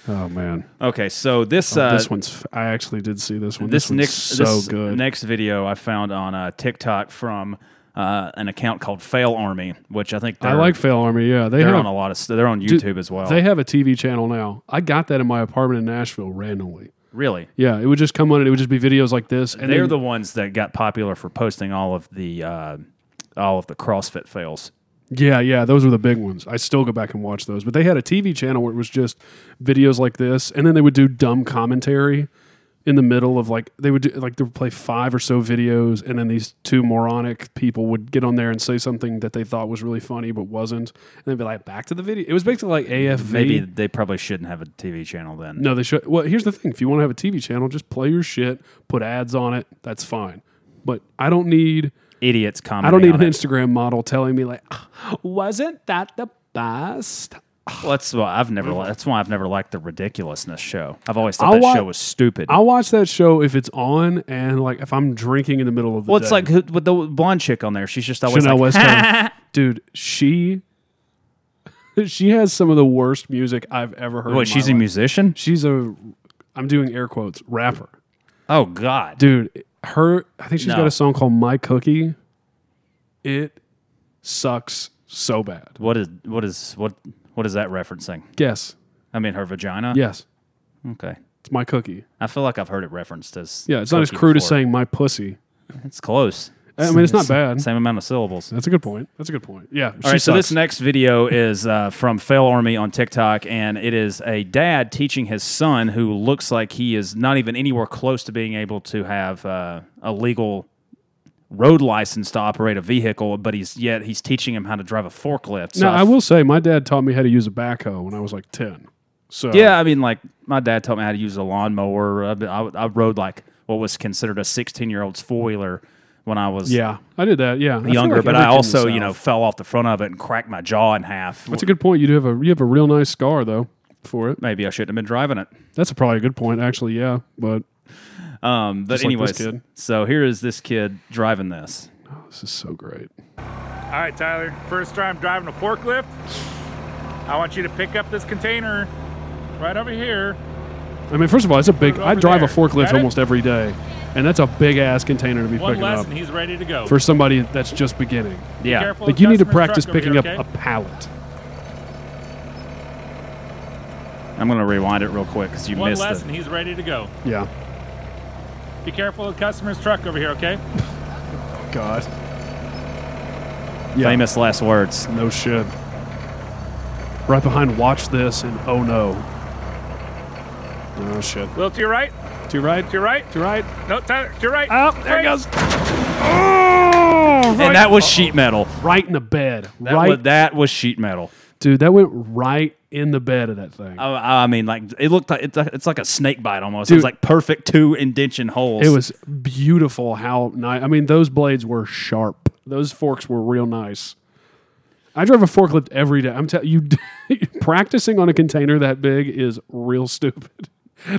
[SPEAKER 2] Oh man,
[SPEAKER 1] Okay, so this uh,
[SPEAKER 2] Oh, this one's. f- I actually did see this one.
[SPEAKER 1] this,
[SPEAKER 2] This, one's
[SPEAKER 1] next
[SPEAKER 2] so
[SPEAKER 1] this
[SPEAKER 2] good.
[SPEAKER 1] next video I found on uh, TikTok from uh, an account called Fail Army, which I think they're,
[SPEAKER 2] I like Fail Army. Yeah, they
[SPEAKER 1] they're
[SPEAKER 2] have
[SPEAKER 1] on a lot of. They're on YouTube as well.
[SPEAKER 2] they have a TV channel now. I got that in my apartment in Nashville randomly.
[SPEAKER 1] really,
[SPEAKER 2] Yeah, it would just come on and it would just be videos like this. And
[SPEAKER 1] they're
[SPEAKER 2] then-
[SPEAKER 1] the ones that got popular for posting all of the uh, all of the CrossFit fails.
[SPEAKER 2] Yeah, yeah, those were the big ones. I still go back and watch those. But they had a TV channel where it was just videos like this, and then they would do dumb commentary in the middle of like they would do, like they would play five or so videos, and then these two moronic people would get on there and say something that they thought was really funny but wasn't, and they'd be like, "Back to the video." It was basically like AFV.
[SPEAKER 1] Maybe they probably shouldn't have a TV channel then.
[SPEAKER 2] No, they should. Well, here's the thing: if you want to have a TV channel, just play your shit, put ads on it. That's fine. But I don't need.
[SPEAKER 1] Idiots comment.
[SPEAKER 2] I don't need an Instagram model telling me like, "Ah, wasn't that the best?
[SPEAKER 1] Well, that's why I've never. Li- that's why I've never liked the ridiculousness show. I've always thought
[SPEAKER 2] I'll
[SPEAKER 1] that
[SPEAKER 2] wa-
[SPEAKER 1] show was stupid.
[SPEAKER 2] I'll watch that show if it's on and like if I'm drinking in the middle of the
[SPEAKER 1] well,
[SPEAKER 2] day.
[SPEAKER 1] it's like who- with the blonde chick on there. She's just always
[SPEAKER 2] Chanel
[SPEAKER 1] like,
[SPEAKER 2] West Coast. Dude, she she has some of the worst music I've ever heard.
[SPEAKER 1] Wait,
[SPEAKER 2] in my
[SPEAKER 1] she's a
[SPEAKER 2] life.
[SPEAKER 1] musician?
[SPEAKER 2] She's a I'm doing air quotes rapper.
[SPEAKER 1] Oh God,
[SPEAKER 2] Dude, her I think she's
[SPEAKER 1] No.
[SPEAKER 2] got a song called My Cookie. It sucks so bad.
[SPEAKER 1] what is what is what what is that referencing?
[SPEAKER 2] Yes.
[SPEAKER 1] I mean, her vagina.
[SPEAKER 2] Yes.
[SPEAKER 1] Okay.
[SPEAKER 2] It's my cookie.
[SPEAKER 1] I feel like I've heard it referenced as.
[SPEAKER 2] Yeah, it's not as
[SPEAKER 1] cookie
[SPEAKER 2] crude as
[SPEAKER 1] before.
[SPEAKER 2] saying my pussy.
[SPEAKER 1] It's close.
[SPEAKER 2] I mean, it's not bad.
[SPEAKER 1] Same amount of syllables.
[SPEAKER 2] That's a good point. That's a good point. Yeah.
[SPEAKER 1] All right, so this next video is uh, from Fail Army on TikTok, and it is a dad teaching his son who looks like he is not even anywhere close to being able to have uh, a legal road license to operate a vehicle, but he's yet he's teaching him how to drive a forklift. So
[SPEAKER 2] Now,
[SPEAKER 1] I
[SPEAKER 2] I will say my dad taught me how to use a backhoe when I was like 10. So
[SPEAKER 1] Yeah, I mean, like my dad taught me how to use a lawnmower. I, I, I rode like what was considered a 16 year old's four wheeler when I was
[SPEAKER 2] yeah, I did that. Yeah. I feel
[SPEAKER 1] younger,
[SPEAKER 2] like
[SPEAKER 1] but
[SPEAKER 2] every
[SPEAKER 1] I
[SPEAKER 2] kid in the
[SPEAKER 1] also, you
[SPEAKER 2] South-
[SPEAKER 1] know, fell off the front of it and cracked my jaw in half.
[SPEAKER 2] That's a good point. You do have a you have a real nice scar though for it.
[SPEAKER 1] Maybe I shouldn't have been driving it.
[SPEAKER 2] That's probably a good point actually. Yeah, but
[SPEAKER 1] Um, but
[SPEAKER 2] like
[SPEAKER 1] anyways,
[SPEAKER 2] this kid.
[SPEAKER 1] so here is this kid driving this.
[SPEAKER 2] this is so great.
[SPEAKER 3] All right, Tyler. First time driving a forklift. I want you to pick up this container right over here.
[SPEAKER 2] I mean, first of all, it's a big.
[SPEAKER 3] Put it
[SPEAKER 2] I
[SPEAKER 3] over
[SPEAKER 2] drive a
[SPEAKER 3] there.
[SPEAKER 2] forklift
[SPEAKER 3] Got it?
[SPEAKER 2] almost every day, and that's a big ass container to be
[SPEAKER 3] One
[SPEAKER 2] picking
[SPEAKER 3] less,
[SPEAKER 2] up
[SPEAKER 3] and he's ready to go.
[SPEAKER 2] for somebody that's just beginning.
[SPEAKER 1] Yeah,
[SPEAKER 3] careful.
[SPEAKER 2] Like you need to
[SPEAKER 3] Customer's
[SPEAKER 2] practice
[SPEAKER 3] truck over
[SPEAKER 2] picking
[SPEAKER 3] here,
[SPEAKER 2] up
[SPEAKER 3] okay?
[SPEAKER 2] a pallet.
[SPEAKER 1] I'm gonna rewind it real quick because you
[SPEAKER 3] One
[SPEAKER 1] missed
[SPEAKER 3] less,
[SPEAKER 1] it.
[SPEAKER 3] and he's ready to go.
[SPEAKER 2] Yeah.
[SPEAKER 3] Be careful of the customer's truck over here, okay?
[SPEAKER 2] God. Yeah.
[SPEAKER 1] Famous last words.
[SPEAKER 2] No shit. Right behind. Watch this and oh no. Oh shit.
[SPEAKER 3] A little to your right,
[SPEAKER 2] To your right.
[SPEAKER 3] to your right.
[SPEAKER 2] To your right.
[SPEAKER 3] No, Tyler, to your right.
[SPEAKER 2] Up there it
[SPEAKER 3] Right.
[SPEAKER 2] goes. Oh, right,
[SPEAKER 1] And that was sheet metal.
[SPEAKER 2] right in the bed.
[SPEAKER 1] That,
[SPEAKER 2] right,
[SPEAKER 1] was, that was sheet metal.
[SPEAKER 2] dude. That went right in the bed of that thing.
[SPEAKER 1] Oh, I mean, like it looked like it's, like- it's like a snake bite almost. it was
[SPEAKER 2] Dude.
[SPEAKER 1] like perfect two indention holes.
[SPEAKER 2] It was beautiful how nice. I mean, those blades were sharp. Those forks were real nice. I drive a forklift every day. I'm telling you, practicing on a container that big is real stupid.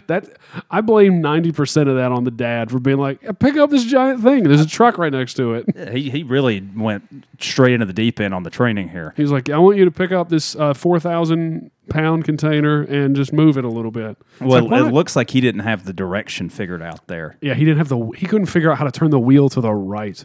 [SPEAKER 2] That I blame ninety percent of that on the dad for being like, pick up this giant thing. There's a truck right next to it.
[SPEAKER 1] he he really went straight into the deep end on the training here.
[SPEAKER 2] He's like, I want you to pick up this uh, four thousand pound container and just move it a little bit. It's
[SPEAKER 1] Well,
[SPEAKER 2] like, "Why
[SPEAKER 1] it
[SPEAKER 2] not?"
[SPEAKER 1] looks like he didn't have the direction figured out there.
[SPEAKER 2] yeah, he didn't have the. He couldn't figure out how to turn the wheel to the right.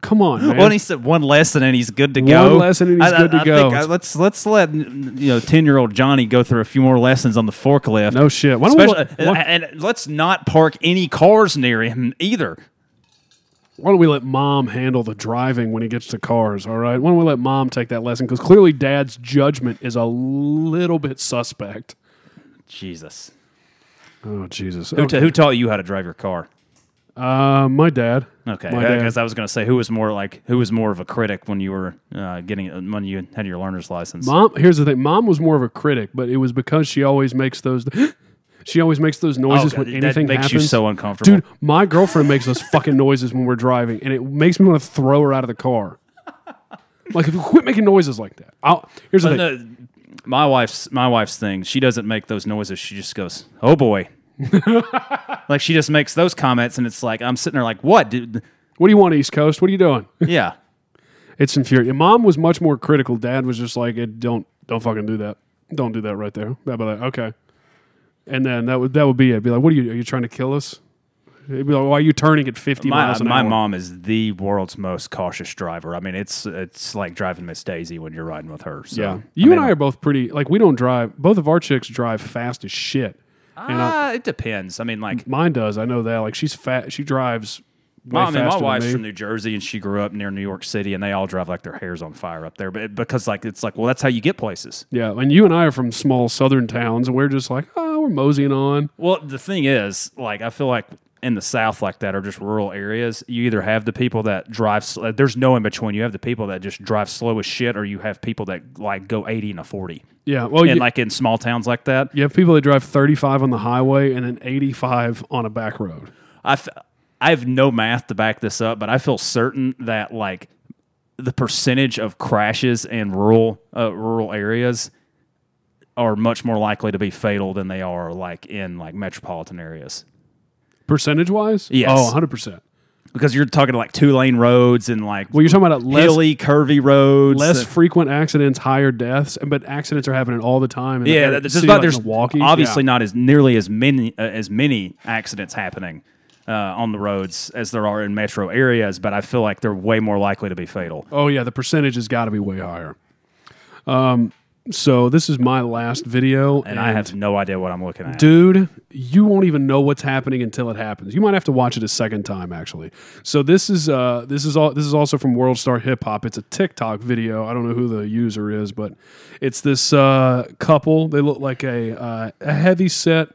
[SPEAKER 2] Come on, man.
[SPEAKER 1] Well, and he said one lesson and he's good to go.
[SPEAKER 2] lesson and he's
[SPEAKER 1] I- I-
[SPEAKER 2] good to
[SPEAKER 1] I
[SPEAKER 2] go.
[SPEAKER 1] think, uh, let's let's let n- you know ten year old Johnny go through a few more lessons on the forklift.
[SPEAKER 2] No shit. Why don't we
[SPEAKER 1] Especially, uh,
[SPEAKER 2] let- why-
[SPEAKER 1] and, and let's not park any cars near him either.
[SPEAKER 2] Why don't we let mom handle the driving when he gets to cars? All right. Why don't we let mom take that lesson? Because clearly, dad's judgment is a little bit suspect.
[SPEAKER 1] Jesus,
[SPEAKER 2] Oh Jesus!
[SPEAKER 1] who, ta- who taught you how to drive your car?
[SPEAKER 2] Uh, my dad.
[SPEAKER 1] Okay,
[SPEAKER 2] My
[SPEAKER 1] I
[SPEAKER 2] dad.
[SPEAKER 1] guess I was going to say who was more like who was more of a critic when you were uh, getting when you had your learner's license.
[SPEAKER 2] Mom. Here's the thing. Mom was more of a critic, but it was because she always makes those. she always makes those noises
[SPEAKER 1] Oh, God,
[SPEAKER 2] when
[SPEAKER 1] that
[SPEAKER 2] anything
[SPEAKER 1] makes you
[SPEAKER 2] happens.
[SPEAKER 1] so uncomfortable.
[SPEAKER 2] dude. My girlfriend makes those fucking noises when we're driving, and it makes me want to throw her out of the car. Like if you quit making noises like that. I'll, here's the thing.
[SPEAKER 1] No, my wife's my wife's thing. She doesn't make those noises. She just goes, "Oh boy." like she just makes those comments, and it's like I'm sitting there like, "What, dude?"
[SPEAKER 2] What do you want, East Coast? What are you doing?
[SPEAKER 1] Yeah,
[SPEAKER 2] It's infuriating. Mom was much more critical. Dad was just like, "It don't don't fucking do that. Don't do that right there." Blah, blah, blah. Okay. And then that would that would be it. Be like, "What are you? Are you trying to kill us?" It'd be like, "Why are you turning at fifty
[SPEAKER 1] my
[SPEAKER 2] miles an
[SPEAKER 1] my
[SPEAKER 2] hour?"
[SPEAKER 1] mom is the world's most cautious driver. I mean, it's it's like driving Miss Daisy when you're riding with her. So.
[SPEAKER 2] Yeah. You and I are both pretty like we don't drive. Both of our chicks drive fast as shit. And I,
[SPEAKER 1] Uh, it depends. I mean, like
[SPEAKER 2] mine does. I know that. Like she's fat. She drives. Way
[SPEAKER 1] Mom and my
[SPEAKER 2] faster than
[SPEAKER 1] wife's
[SPEAKER 2] me.
[SPEAKER 1] from New Jersey, and she grew up near New York City, and they all drive like their hair's on fire up there. But it- because like it's like, well, that's how you get places.
[SPEAKER 2] Yeah, and you and I are from small southern towns, and we're just like, oh, we're moseying on.
[SPEAKER 1] Well, the thing is, like, I feel like in the South, like that, or just rural areas, you either have the people that drive. Sl- uh, there's no in between. You have the people that just drive slow as shit, or you have people that like go 80 and a 40.
[SPEAKER 2] Yeah, well,
[SPEAKER 1] And
[SPEAKER 2] you,
[SPEAKER 1] like in small towns like that,
[SPEAKER 2] You have people that drive 35 on the highway and then 85 on a back road.
[SPEAKER 1] I, f- I have no math to back this up, but I feel certain that like the percentage of crashes in rural uh, rural areas are much more likely to be fatal than they are like in like metropolitan areas
[SPEAKER 2] Percentage wise?
[SPEAKER 1] Yes.
[SPEAKER 2] Oh, 100%.
[SPEAKER 1] because you're talking like two lane roads and like
[SPEAKER 2] Well, you're talking about less,
[SPEAKER 1] hilly curvy roads.
[SPEAKER 2] less frequent accidents, higher deaths, and- but accidents are happening all the time. In
[SPEAKER 1] yeah,
[SPEAKER 2] the,
[SPEAKER 1] that-
[SPEAKER 2] there's
[SPEAKER 1] there's not there's
[SPEAKER 2] Milwaukee.
[SPEAKER 1] obviously
[SPEAKER 2] Yeah.
[SPEAKER 1] not as nearly as many uh, as many accidents happening uh, on the roads as there are in metro areas, but I feel like they're way more likely to be fatal.
[SPEAKER 2] Oh, yeah, the percentage has got to be way higher. Um, so this is my last video.
[SPEAKER 1] And I have no idea what I'm looking at.
[SPEAKER 2] Dude, you won't even know what's happening until it happens. You might have to watch it a second time, actually. So this is uh, this is all this is also from World Star Hip Hop. It's a TikTok video. I don't know who the user is, but it's this uh, couple. They look like a uh, a heavy set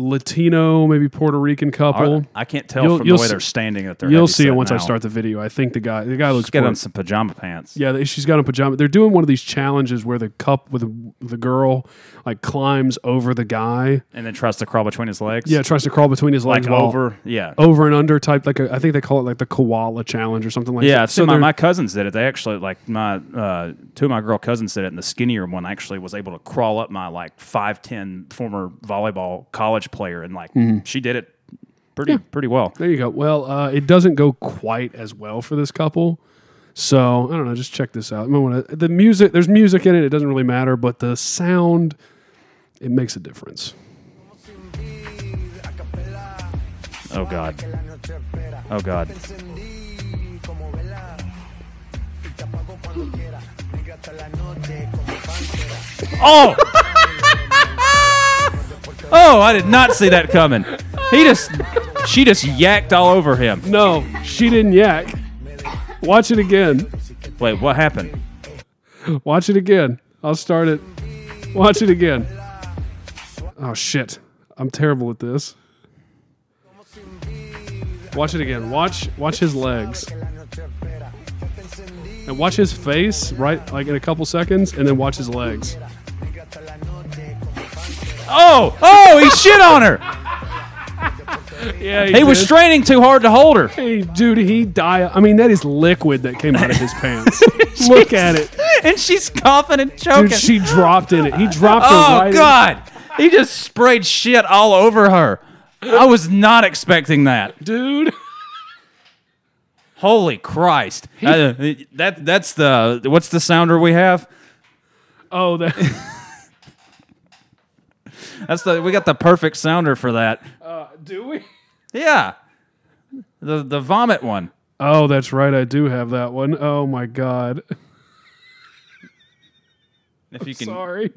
[SPEAKER 2] Latino, maybe Puerto Rican couple.
[SPEAKER 1] I can't tell
[SPEAKER 2] You'll-
[SPEAKER 1] from
[SPEAKER 2] you'll
[SPEAKER 1] the way
[SPEAKER 2] see-
[SPEAKER 1] they're standing that they're.
[SPEAKER 2] You'll
[SPEAKER 1] heavy
[SPEAKER 2] see it
[SPEAKER 1] set
[SPEAKER 2] once I
[SPEAKER 1] now.
[SPEAKER 2] start the video. I think the guy the guy looks
[SPEAKER 1] Get
[SPEAKER 2] Puerto-
[SPEAKER 1] on some pajama pants.
[SPEAKER 2] yeah, they- she's got a pajama. They're doing one of these challenges where the cup with the, the girl like climbs over the guy.
[SPEAKER 1] And then tries to crawl between his legs.
[SPEAKER 2] Yeah, tries to crawl between his legs
[SPEAKER 1] Like
[SPEAKER 2] while-
[SPEAKER 1] over. Yeah.
[SPEAKER 2] over and under type like a, I think they call it like the koala challenge or something like that.
[SPEAKER 1] Yeah, I've seen my,
[SPEAKER 2] they're-
[SPEAKER 1] my cousins did it. They actually like my uh, two of my girl cousins did it, and the skinnier one actually was able to crawl up my like five ten former volleyball college player, and like she did it pretty pretty well.
[SPEAKER 2] there you go. Well, uh, it doesn't go quite as well for this couple. So I don't know. Just check this out. You might wanna- the music. There's music in it. It doesn't really matter, but the sound it makes a difference.
[SPEAKER 1] Oh god, oh god. Oh. Oh, I did not see that coming. He just, she just yacked all over him.
[SPEAKER 2] No, she didn't yak. Watch it again.
[SPEAKER 1] Wait, what happened?
[SPEAKER 2] Watch it again. I'll start it. Watch it again. Oh shit. I'm terrible at this. Watch it again. Watch watch his legs. And watch his face, right, like in a couple seconds, and then watch his legs.
[SPEAKER 1] Oh, oh, he shit on her.
[SPEAKER 2] Yeah,
[SPEAKER 1] He was straining too hard to hold her.
[SPEAKER 2] Hey, dude, he died. I mean, that is liquid that came out of his pants. Look at it.
[SPEAKER 1] And she's coughing and choking.
[SPEAKER 2] Dude, she dropped in it. He dropped her
[SPEAKER 1] oh,
[SPEAKER 2] right in-
[SPEAKER 1] God. He just sprayed shit all over her. I was not expecting that.
[SPEAKER 2] Dude.
[SPEAKER 1] Holy Christ! Uh, that that's the what's the sounder we have?
[SPEAKER 2] Oh, that,
[SPEAKER 1] That's the we got the perfect sounder for that.
[SPEAKER 2] do we?
[SPEAKER 1] Yeah, the the vomit one.
[SPEAKER 2] Oh, that's right. I do have that one. Oh, my God.
[SPEAKER 1] If you can,
[SPEAKER 2] Sorry.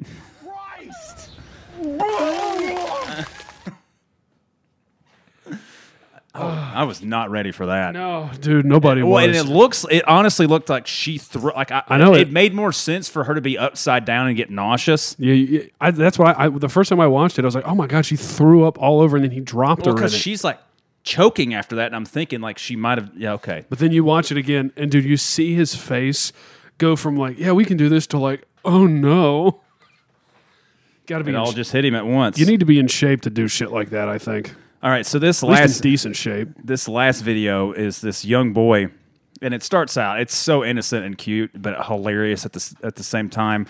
[SPEAKER 1] I was not ready for that.
[SPEAKER 2] No, dude, nobody
[SPEAKER 1] Well, and
[SPEAKER 2] was.
[SPEAKER 1] it looks. It honestly looked like she threw. Like I,
[SPEAKER 2] I know
[SPEAKER 1] it,
[SPEAKER 2] it-
[SPEAKER 1] made more sense for her to be upside down and get nauseous.
[SPEAKER 2] yeah, yeah, I, that's why I, the first time I watched it, I was like, oh, my God, she threw up all over, and then he dropped her in
[SPEAKER 1] Because
[SPEAKER 2] it.
[SPEAKER 1] she's like choking after that, and I'm thinking like she might have. Yeah, okay.
[SPEAKER 2] But then you watch it again, and dude, you see his face go from like, yeah, we can do this to like, oh no. Got to be.
[SPEAKER 1] It
[SPEAKER 2] In
[SPEAKER 1] all
[SPEAKER 2] sh-
[SPEAKER 1] just hit him at once.
[SPEAKER 2] you need to be in shape to do shit like that. I think.
[SPEAKER 1] all right. So this
[SPEAKER 2] At least
[SPEAKER 1] last
[SPEAKER 2] in decent shape.
[SPEAKER 1] this last video is this young boy, and it starts out. It's so innocent and cute, but hilarious at the s- at the same time.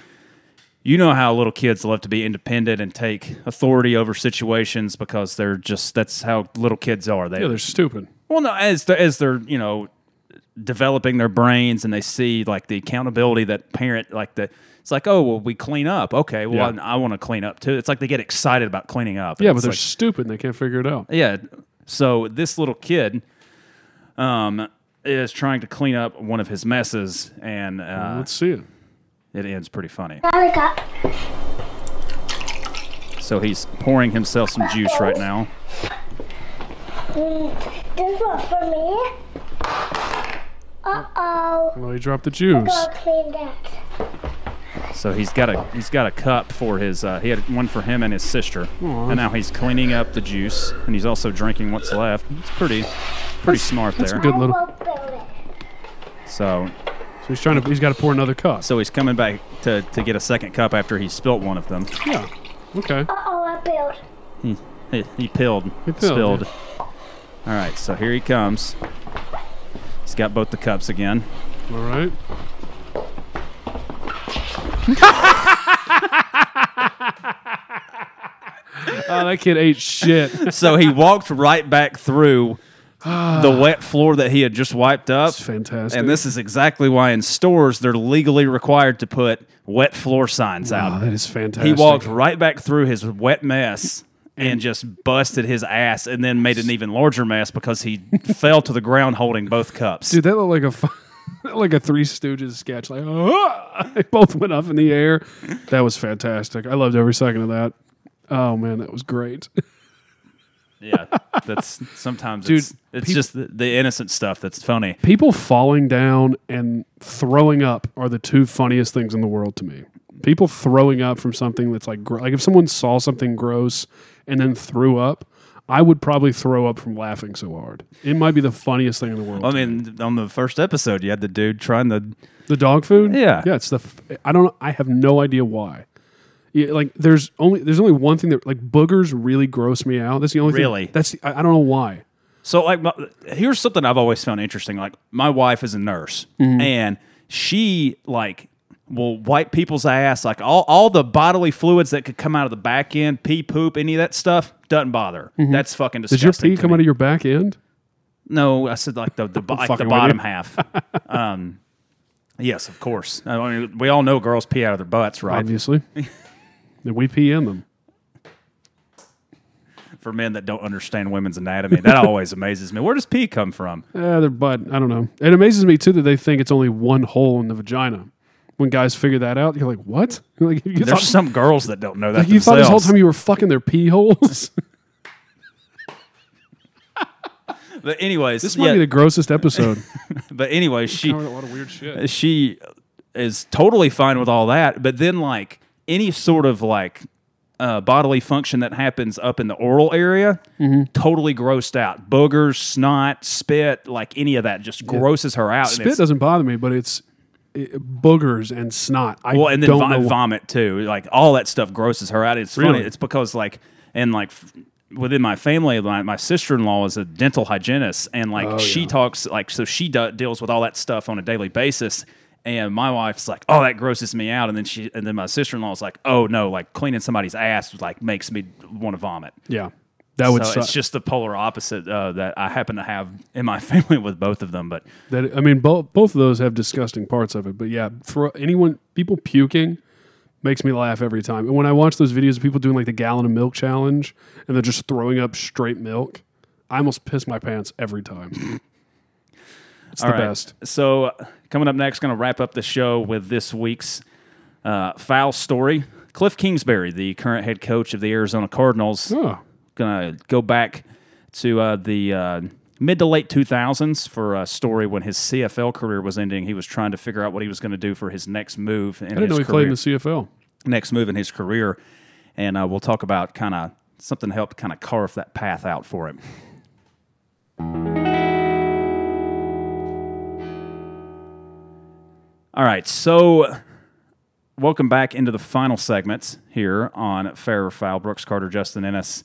[SPEAKER 1] You know how little kids love to be independent and take authority over situations because they're just that's how little kids are. They
[SPEAKER 2] Yeah, they're stupid.
[SPEAKER 1] well, no, as they're, as they're you know developing their brains and they see like the accountability that parent like the it's like oh well we clean up okay well
[SPEAKER 2] Yeah.
[SPEAKER 1] I, I want to clean up too. It's like they get excited about cleaning up.
[SPEAKER 2] Yeah, but
[SPEAKER 1] It's
[SPEAKER 2] they're
[SPEAKER 1] like-
[SPEAKER 2] stupid. and They can't figure it out.
[SPEAKER 1] yeah. So this little kid um, is trying to clean up one of his messes, and uh,
[SPEAKER 2] Let's see it.
[SPEAKER 1] it ends pretty funny.
[SPEAKER 5] Now we got
[SPEAKER 1] So he's pouring himself some juice right now.
[SPEAKER 5] mm, this one for me. Uh oh,
[SPEAKER 2] Well, he dropped the juice.
[SPEAKER 5] gotta clean that.
[SPEAKER 1] So he's got a he's got a cup for his. Uh, he had one for him and his sister, and now he's cleaning up the juice, and he's also drinking what's left. It's pretty pretty smart there.
[SPEAKER 2] Good
[SPEAKER 5] I
[SPEAKER 2] little.
[SPEAKER 5] will build it.
[SPEAKER 1] So
[SPEAKER 2] So he's trying to. He's got to pour another cup.
[SPEAKER 1] so he's coming back to to get a second cup after he spilt one of them.
[SPEAKER 2] Yeah. Okay.
[SPEAKER 5] Uh oh, I built.
[SPEAKER 1] He, he, he pilled.
[SPEAKER 2] He pilled,
[SPEAKER 1] spilled.
[SPEAKER 2] yeah.
[SPEAKER 1] All right, so here he comes. He's got both the cups again.
[SPEAKER 2] All right. oh, that kid ate shit.
[SPEAKER 1] So he walked right back through the wet floor that he had just wiped up.
[SPEAKER 2] That's Ah. fantastic.
[SPEAKER 1] And this is exactly why in stores they're legally required to put wet floor signs
[SPEAKER 2] Oh,
[SPEAKER 1] out.
[SPEAKER 2] that is fantastic.
[SPEAKER 1] He walked right back through his wet mess and just busted his ass and then made an even larger mess because he fell to the ground holding both cups.
[SPEAKER 2] Dude, that looked like a fu- like a Three Stooges sketch. Like, "Ah!" they both went up in the air. That was fantastic. I loved every second of that. Oh man, that was great.
[SPEAKER 1] Yeah, that's sometimes
[SPEAKER 2] Dude,
[SPEAKER 1] it's, it's just the, the innocent stuff that's funny.
[SPEAKER 2] People falling down and throwing up are the two funniest things in the world to me. People throwing up from something that's like gr- like if someone saw something gross and then threw up, I would probably throw up from laughing so hard. It might be the funniest thing in the world.
[SPEAKER 1] I mean, on the first episode, you had the dude trying to.
[SPEAKER 2] The dog food?
[SPEAKER 1] Yeah.
[SPEAKER 2] Yeah, it's the f- I don't I have no idea why. Yeah, like there's only there's only one thing that like boogers really gross me out. That's the only
[SPEAKER 1] Really?
[SPEAKER 2] thing. That's the, I, I don't know why.
[SPEAKER 1] So, like, my, here's something I've always found interesting. Like, my wife is a nurse,
[SPEAKER 2] Mm-hmm.
[SPEAKER 1] and she like will wipe people's ass. Like all all the bodily fluids that could come out of the back end, pee, poop, any of that stuff doesn't bother. her. That's fucking
[SPEAKER 2] Mm-hmm. Does your
[SPEAKER 1] disgusting.
[SPEAKER 2] pee
[SPEAKER 1] to
[SPEAKER 2] come
[SPEAKER 1] me.
[SPEAKER 2] out of your back end?
[SPEAKER 1] No, I said like the the, bo- like the
[SPEAKER 2] fucking with
[SPEAKER 1] bottom
[SPEAKER 2] you.
[SPEAKER 1] half. Um, yes, of course. I mean, we all know girls pee out of their butts, right?
[SPEAKER 2] Obviously. Did we pee in them?
[SPEAKER 1] For men that don't understand women's anatomy, that always amazes me. Where does pee come from?
[SPEAKER 2] Eh, their butt. I don't know. It amazes me too that they think it's only one hole in the vagina. When guys figure that out, you're like, what? Like you
[SPEAKER 1] There's
[SPEAKER 2] thought,
[SPEAKER 1] some girls that don't know that.
[SPEAKER 2] like, you thought this whole
[SPEAKER 1] themselves.
[SPEAKER 2] time you were fucking their pee holes.
[SPEAKER 1] But anyways,
[SPEAKER 2] this might be the grossest episode.
[SPEAKER 1] but anyways, she
[SPEAKER 2] a lot of weird shit.
[SPEAKER 1] she is totally fine with all that. But then like any sort of like uh, bodily function that happens up in the oral area, totally grossed out. Boogers, snot, spit, like any of that just grosses her out. and
[SPEAKER 2] spit
[SPEAKER 1] it's-
[SPEAKER 2] doesn't bother me, but it's eh, boogers and snot. I
[SPEAKER 1] well, and then
[SPEAKER 2] don't
[SPEAKER 1] vom-
[SPEAKER 2] know why.
[SPEAKER 1] vomit too. Like all that stuff grosses her out. It's funny.
[SPEAKER 2] Really?
[SPEAKER 1] It's because like and like f- within my family, my, my sister in law is a dental hygienist, and
[SPEAKER 2] Oh,
[SPEAKER 1] like she talks like so she do- deals with all that stuff on a daily basis. And my wife's like, "Oh, that grosses me out," and then she and then my sister in law is like, "Oh no, like cleaning somebody's ass like makes me want to vomit."
[SPEAKER 2] Yeah, that would
[SPEAKER 1] so
[SPEAKER 2] suck.
[SPEAKER 1] it's just the polar opposite uh, that I happen to have in my family with both of them. But
[SPEAKER 2] That I mean, both both of those have disgusting parts of it, but yeah, for anyone, people puking makes me laugh every time. And when I watch those videos of people doing like the gallon of milk challenge and they're just throwing up straight milk, I almost piss my pants every time. it's the
[SPEAKER 1] All right.
[SPEAKER 2] best.
[SPEAKER 1] So uh, coming up next, going to wrap up the show with this week's uh, foul story. Cliff Kingsbury, the current head coach of the Arizona Cardinals,
[SPEAKER 2] Oh,
[SPEAKER 1] going to go back to uh, the uh, mid to late 2000s for a story when his CFL career was ending. He was trying to figure out what he was going to do for his next move in
[SPEAKER 2] I didn't
[SPEAKER 1] his
[SPEAKER 2] know he
[SPEAKER 1] career
[SPEAKER 2] played in the CFL.
[SPEAKER 1] next move in his career, and uh, we'll talk about kind of something to help kind of carve that path out for him. All right, so welcome back into the final segment here on Fair or Foul. Brooks Carter, Justin Ennis,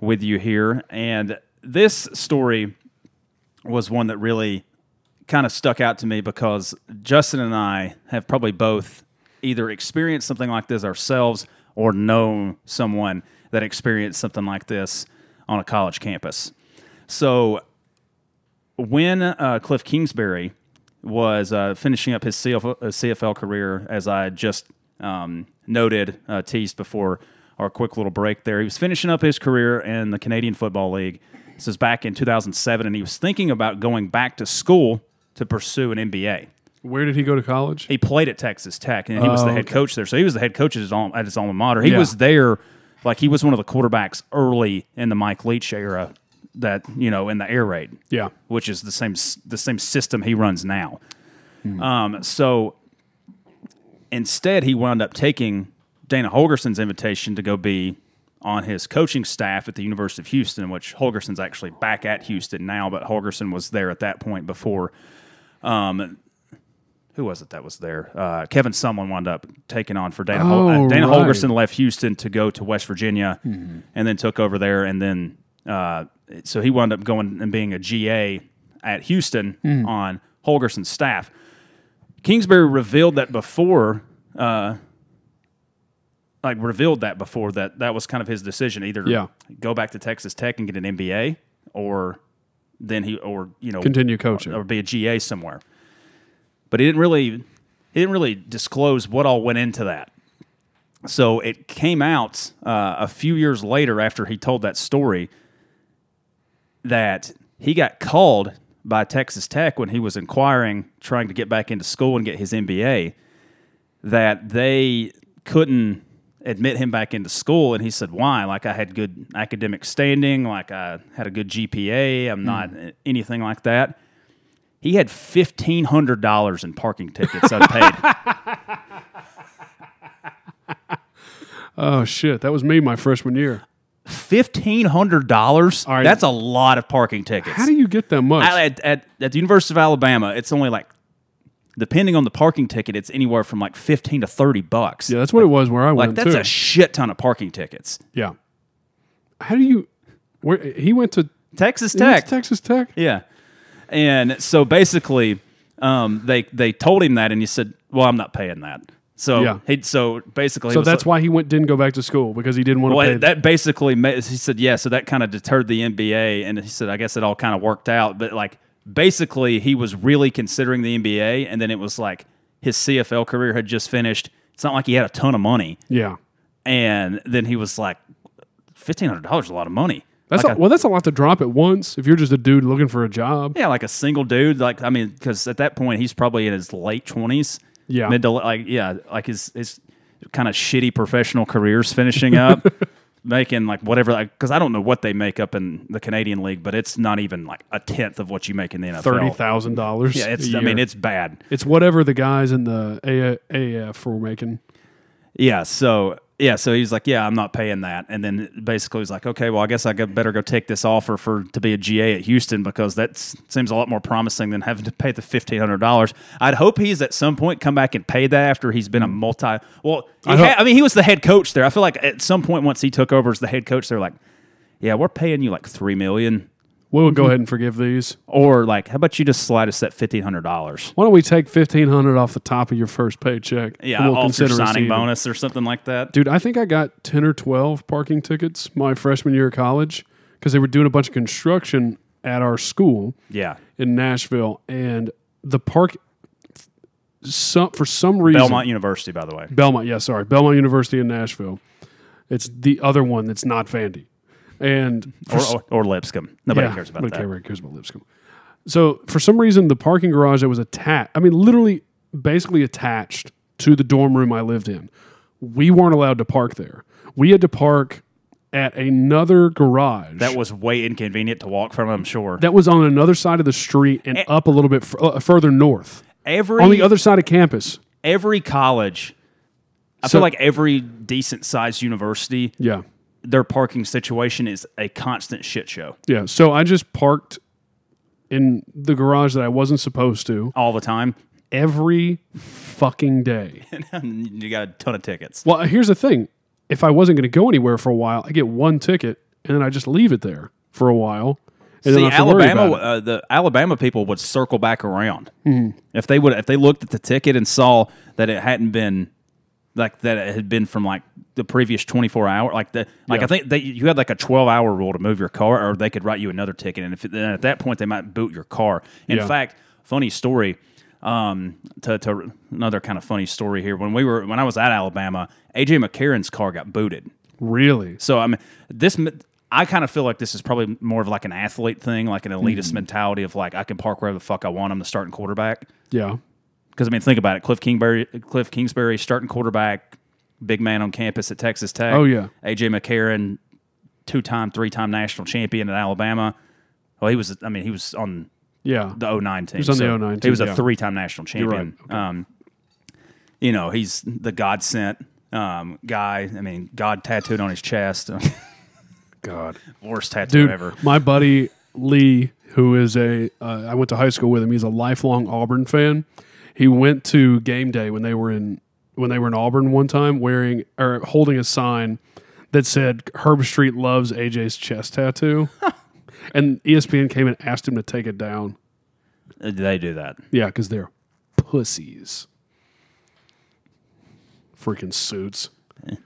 [SPEAKER 1] with you here, and this story was one that really kind of stuck out to me because Justin and I have probably both either experienced something like this ourselves or known someone that experienced something like this on a college campus. So when uh, Cliff Kingsbury was uh, finishing up his CFL, uh, CFL career, as I just um, noted, uh, teased before our quick little break there, he was finishing up his career in the Canadian Football League. This is back in 2007, and he was thinking about going back to school to pursue an MBA.
[SPEAKER 2] Where did he go to college?
[SPEAKER 1] He played at Texas Tech, and he was the
[SPEAKER 2] Oh,
[SPEAKER 1] head
[SPEAKER 2] okay.
[SPEAKER 1] coach there. So he was the head coach at his alma, at his alma mater. He
[SPEAKER 2] Yeah.
[SPEAKER 1] was there, like he was one of the quarterbacks early in the Mike Leach era. That you know, in the air raid,
[SPEAKER 2] Yeah.
[SPEAKER 1] which is the same s- the same system he runs now. Um, so instead, he wound up taking Dana Holgerson's invitation to go be on his coaching staff at the University of Houston, which Holgerson's actually back at Houston now, but Holgerson was there at that point before. Um, who was it that was there? Uh, Kevin Sumlin wound up taking on for Dana. Hol-
[SPEAKER 2] Oh,
[SPEAKER 1] uh, Dana
[SPEAKER 2] right. Mm-hmm.
[SPEAKER 1] Holgerson left Houston to go to West Virginia, and then took over there, and then uh, so he wound up going and being a GA at Houston
[SPEAKER 2] Mm.
[SPEAKER 1] on Holgerson's staff. Kingsbury revealed that before, uh, like revealed that before that that was kind of his decision either
[SPEAKER 2] Yeah.
[SPEAKER 1] go back to Texas Tech and get an MBA or then he or you know
[SPEAKER 2] Continue coaching.
[SPEAKER 1] or be a GA somewhere. But he didn't really he didn't really disclose what all went into that. So it came out uh, a few years later after he told that story that he got called by Texas Tech when he was inquiring, trying to get back into school and get his MBA, that they couldn't admit him back into school. And he said, Why? Like, I had good academic standing, like, I had a good GPA,
[SPEAKER 2] Hmm.
[SPEAKER 1] I'm not eh, anything like that. He had $1,500 in parking tickets unpaid.
[SPEAKER 2] Oh shit, that was me my freshman year.
[SPEAKER 1] $1,500?
[SPEAKER 2] right.
[SPEAKER 1] That's a lot of parking tickets.
[SPEAKER 2] How do you get that much?
[SPEAKER 1] I- at, at, at the University of Alabama, it's only like, depending on the parking ticket, it's anywhere from like 15 to 30 bucks.
[SPEAKER 2] yeah, that's what it was where I
[SPEAKER 1] like,
[SPEAKER 2] went
[SPEAKER 1] that's
[SPEAKER 2] too.
[SPEAKER 1] a shit ton of parking tickets.
[SPEAKER 2] yeah. How do you? Where he went to
[SPEAKER 1] Texas
[SPEAKER 2] he went
[SPEAKER 1] Tech.
[SPEAKER 2] to Texas Tech.
[SPEAKER 1] Yeah. And so basically, um, they, they told him that, and he said, Well, I'm not paying that. So,
[SPEAKER 2] Yeah.
[SPEAKER 1] he, so basically,
[SPEAKER 2] So that's why he went didn't go back to school because he didn't want to
[SPEAKER 1] Well,
[SPEAKER 2] pay.
[SPEAKER 1] that basically ma- he said, yeah. So that kind of deterred the NBA, and he said, I guess it all kind of worked out. But like, basically, he was really considering the NBA, and then it was like his CFL career had just finished. It's not like he had a ton of money,
[SPEAKER 2] yeah,
[SPEAKER 1] and then he was like, fifteen hundred dollars is a lot of money.
[SPEAKER 2] that's
[SPEAKER 1] Like
[SPEAKER 2] a,
[SPEAKER 1] a-
[SPEAKER 2] well, that's a lot to drop at once if you're just a dude looking for a job.
[SPEAKER 1] yeah, like a single dude. Like I mean, because at that point he's probably in his late twenties.
[SPEAKER 2] Yeah.
[SPEAKER 1] mid to like yeah, like his his kind of shitty professional careers finishing up, making like whatever. Like because I don't know what they make up in the Canadian league, but it's not even like a tenth of what you make in the NFL.
[SPEAKER 2] Thirty thousand dollars.
[SPEAKER 1] Yeah, it's. I mean, it's bad.
[SPEAKER 2] it's whatever the guys in the A- AF were making.
[SPEAKER 1] Yeah, so yeah, so he was like, "Yeah, I'm not paying that." And then basically he's like, "Okay, well, I guess I go- better go take this offer for to be a GA at Houston because that s- seems a lot more promising than having to pay the fifteen hundred dollars." I'd hope he's at some point come back and pay that after he's been a multi. Well, he
[SPEAKER 2] Mm-hmm. I
[SPEAKER 1] ha-
[SPEAKER 2] hope-
[SPEAKER 1] I mean, he was the head coach there. I feel like at some point once he took over as the head coach, they're like, "Yeah, we're paying you like three million,
[SPEAKER 2] We'll
[SPEAKER 1] Mm-hmm.
[SPEAKER 2] go ahead and forgive these.
[SPEAKER 1] or like, how about you just slide us that fifteen hundred dollars?"
[SPEAKER 2] Why don't we take fifteen hundred off the top of your first paycheck?
[SPEAKER 1] Yeah,
[SPEAKER 2] and
[SPEAKER 1] off your
[SPEAKER 2] consider
[SPEAKER 1] signing
[SPEAKER 2] receiving.
[SPEAKER 1] bonus or something like that.
[SPEAKER 2] Dude, I think I got ten or twelve parking tickets my freshman year of college because they were doing a bunch of construction at our school.
[SPEAKER 1] Yeah,
[SPEAKER 2] in Nashville, and the park, some for some reason,
[SPEAKER 1] Belmont University, by the way.
[SPEAKER 2] Belmont, yeah, sorry, Belmont University in Nashville. It's the other one that's not Vandy, and for
[SPEAKER 1] Or,
[SPEAKER 2] s-
[SPEAKER 1] or, or Lipscomb. Nobody
[SPEAKER 2] yeah,
[SPEAKER 1] cares about
[SPEAKER 2] nobody
[SPEAKER 1] that.
[SPEAKER 2] care- cares about Lipscomb. So for some reason, the parking garage that was attached, I mean, literally, basically attached to the dorm room I lived in, we weren't allowed to park there. We had to park at another garage
[SPEAKER 1] That was way inconvenient to walk from. I'm sure.
[SPEAKER 2] that was on another side of the street and up a little bit f- uh, further north.
[SPEAKER 1] every
[SPEAKER 2] on the other side of campus.
[SPEAKER 1] every college, I
[SPEAKER 2] So-
[SPEAKER 1] feel like every decent sized university,
[SPEAKER 2] Yeah.
[SPEAKER 1] their parking situation is a constant shit show
[SPEAKER 2] Yeah. So I just parked in the garage that I wasn't supposed to
[SPEAKER 1] all the time.
[SPEAKER 2] every fucking day.
[SPEAKER 1] you got a ton of tickets.
[SPEAKER 2] Well, here's the thing. If I wasn't going to go anywhere for a while, I get one ticket and then I just leave it there for a while. And
[SPEAKER 1] See,
[SPEAKER 2] then I have to worry
[SPEAKER 1] Alabama,
[SPEAKER 2] about it. Mm-hmm.
[SPEAKER 1] uh, the Alabama people would circle back around if they would if they looked at the ticket and saw that it hadn't been like that it had been from like the previous 24 hour like the like I think that you had like a 12 hour rule to move your car or they could write you another ticket and if then at that point they might boot your car. In
[SPEAKER 2] Yeah.
[SPEAKER 1] fact, funny story um to, to another kind of funny story here when we were when I was at Alabama, AJ McCarron's car got booted.
[SPEAKER 2] Really?
[SPEAKER 1] So I mean, this m- I kind of feel like this is probably more of like an athlete thing, like an
[SPEAKER 2] Mm-hmm.
[SPEAKER 1] elitist mentality of like I can park wherever the fuck I want. I'm the starting quarterback.
[SPEAKER 2] Yeah.
[SPEAKER 1] Because I mean, think about it. Cliff Kingsbury, Cliff Kingsbury, starting quarterback, big man on campus at Texas Tech.
[SPEAKER 2] Oh, yeah.
[SPEAKER 1] AJ McCarron, two time, three time national champion at Alabama. Well, he was. I mean, he was on
[SPEAKER 2] Yeah.
[SPEAKER 1] the 09 team. He
[SPEAKER 2] was on the 09
[SPEAKER 1] He was
[SPEAKER 2] team,
[SPEAKER 1] a
[SPEAKER 2] yeah.
[SPEAKER 1] three time national champion.
[SPEAKER 2] right.
[SPEAKER 1] Um, you know, he's the God sent um, guy. I mean, God tattooed on his chest.
[SPEAKER 2] God.
[SPEAKER 1] Worst tattoo
[SPEAKER 2] Dude,
[SPEAKER 1] ever.
[SPEAKER 2] my buddy Lee, who is a, uh, I went to high school with him. He's a lifelong Auburn fan. He went to game day when they were in when they were in Auburn one time, wearing or holding a sign that said "Herb Street loves AJ's chest tattoo," and E ESPN came and asked him to take it down.
[SPEAKER 1] Uh, They do that.
[SPEAKER 2] Yeah, because they're pussies. Freaking suits.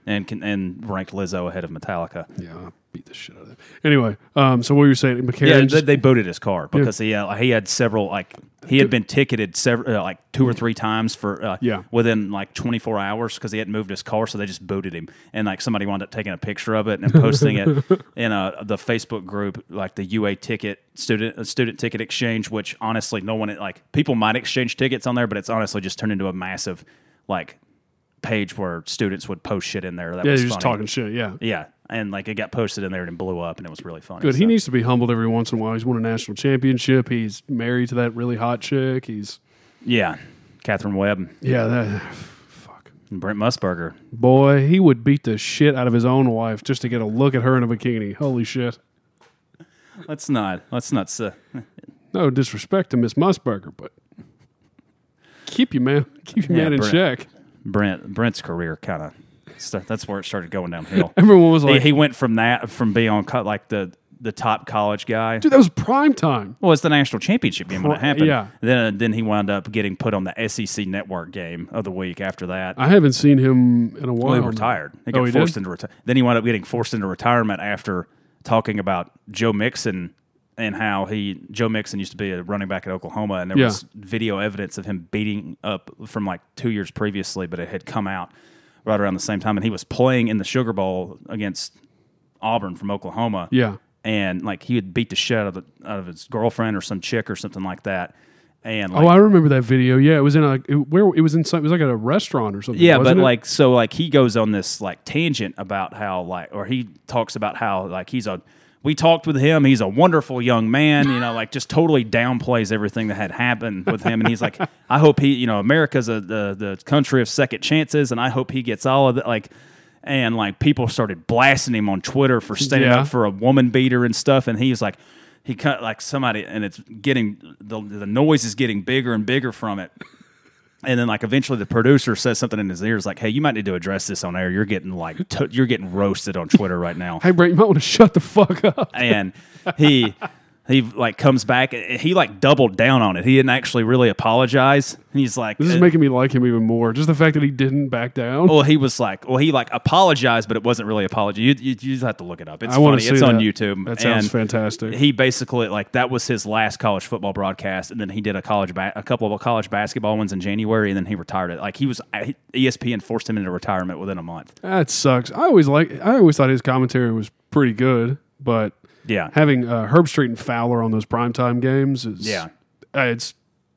[SPEAKER 1] And can, and ranked Lizzo ahead of Metallica.
[SPEAKER 2] Yeah, I beat the shit out of them. Anyway, um, so what were you saying, McCarron?
[SPEAKER 1] Yeah, they,
[SPEAKER 2] just-
[SPEAKER 1] they booted his car because he uh, he had several like he had been ticketed several uh, like two or three times for uh,
[SPEAKER 2] Mm. Yeah.
[SPEAKER 1] within like 24 hours because he hadn't moved his car, so they just booted him. And like somebody wound up taking a picture of it and posting it in uh, the Facebook group, like the UA ticket student uh, student ticket exchange. Which honestly, no one like people might exchange tickets on there, but it's honestly just turned into a massive like page where students would post shit in there. That
[SPEAKER 2] yeah,
[SPEAKER 1] was
[SPEAKER 2] you're just
[SPEAKER 1] funny.
[SPEAKER 2] talking shit. Yeah,
[SPEAKER 1] Yeah, and like it got posted in there and it blew up, and it was really funny.
[SPEAKER 2] Good.
[SPEAKER 1] so.
[SPEAKER 2] He needs to be humbled every once in a while. He's won a national championship. He's married to that really hot chick. He's
[SPEAKER 1] yeah, Catherine Webb
[SPEAKER 2] yeah, that fuck
[SPEAKER 1] and Brent Musburger.
[SPEAKER 2] boy. He would beat the shit out of his own wife just to get a look at her in a bikini. Holy shit!
[SPEAKER 1] Let's not. Let's not. Say,
[SPEAKER 2] No disrespect to Miss Musburger, but keep your man, keep your
[SPEAKER 1] Yeah,
[SPEAKER 2] man in
[SPEAKER 1] Brent.
[SPEAKER 2] check.
[SPEAKER 1] Brent Brent's career kind of. That's where it started going downhill.
[SPEAKER 2] Everyone was
[SPEAKER 1] he,
[SPEAKER 2] like,
[SPEAKER 1] he went from that from being on co- like the the top college guy.
[SPEAKER 2] "Dude, that was prime time."
[SPEAKER 1] Well, it's the national championship game when it
[SPEAKER 2] Cra-
[SPEAKER 1] happened.
[SPEAKER 2] yeah.
[SPEAKER 1] Then then he wound up getting put on the SEC network game of the week after that.
[SPEAKER 2] I haven't seen him in a while.
[SPEAKER 1] Well, he
[SPEAKER 2] now.
[SPEAKER 1] retired. He
[SPEAKER 2] Oh,
[SPEAKER 1] got
[SPEAKER 2] he did?
[SPEAKER 1] forced into reti- Then he wound up getting forced into retirement after talking about Joe Mixon and how he Joe Mixon used to be a running back at Oklahoma, and there
[SPEAKER 2] Yeah.
[SPEAKER 1] was video evidence of him beating up from like two years previously, but it had come out right around the same time, and he was playing in the Sugar Bowl against Auburn from Oklahoma
[SPEAKER 2] Yeah.
[SPEAKER 1] and like he would beat the shit out of, the, out of his girlfriend or some chick or something like that. And like,
[SPEAKER 2] Oh, I remember that video. Yeah, it was in a it- where it was in some, it was like at a restaurant or something.
[SPEAKER 1] Yeah,
[SPEAKER 2] wasn't
[SPEAKER 1] but
[SPEAKER 2] it?
[SPEAKER 1] like so like he goes on this like tangent about how like or he talks about how like he's a we talked with him, he's a wonderful young man, you know, like just totally downplays everything that had happened with him and he's like I hope he, you know, America's a, the the country of second chances and I hope he gets all of it like and like people started blasting him on Twitter for standing
[SPEAKER 2] Yeah.
[SPEAKER 1] up for a woman beater and stuff, and he's like. He cut like somebody, and it's getting the the noise is getting bigger and bigger from it. And then like eventually the producer says something in his ears like, "Hey, you might need to address this on air. You're getting like to you're getting roasted on Twitter right now."
[SPEAKER 2] Hey, Brent, you might want to shut the fuck up.
[SPEAKER 1] and he he like comes back and he like doubled down on it. He didn't actually really apologize. He's like
[SPEAKER 2] This is
[SPEAKER 1] uh,
[SPEAKER 2] making me like him even more. Just the fact that he didn't back down.
[SPEAKER 1] well, he was like, well, he like apologized, but it wasn't really apology. You, you, you just have to look it up. It's
[SPEAKER 2] I want
[SPEAKER 1] funny.
[SPEAKER 2] to see
[SPEAKER 1] It's on
[SPEAKER 2] that.
[SPEAKER 1] YouTube.
[SPEAKER 2] That sounds
[SPEAKER 1] And
[SPEAKER 2] fantastic.
[SPEAKER 1] He basically like that was his last college football broadcast, and then he did a college ba- a couple of college basketball ones in January, and then he retired it. Like he E was I- ESPN forced him into retirement within a month.
[SPEAKER 2] that sucks. I always like. I always thought his commentary was pretty good, but
[SPEAKER 1] Yeah.
[SPEAKER 2] having uh, Herb Street and Fowler on those primetime games is
[SPEAKER 1] Yeah.
[SPEAKER 2] uh, it's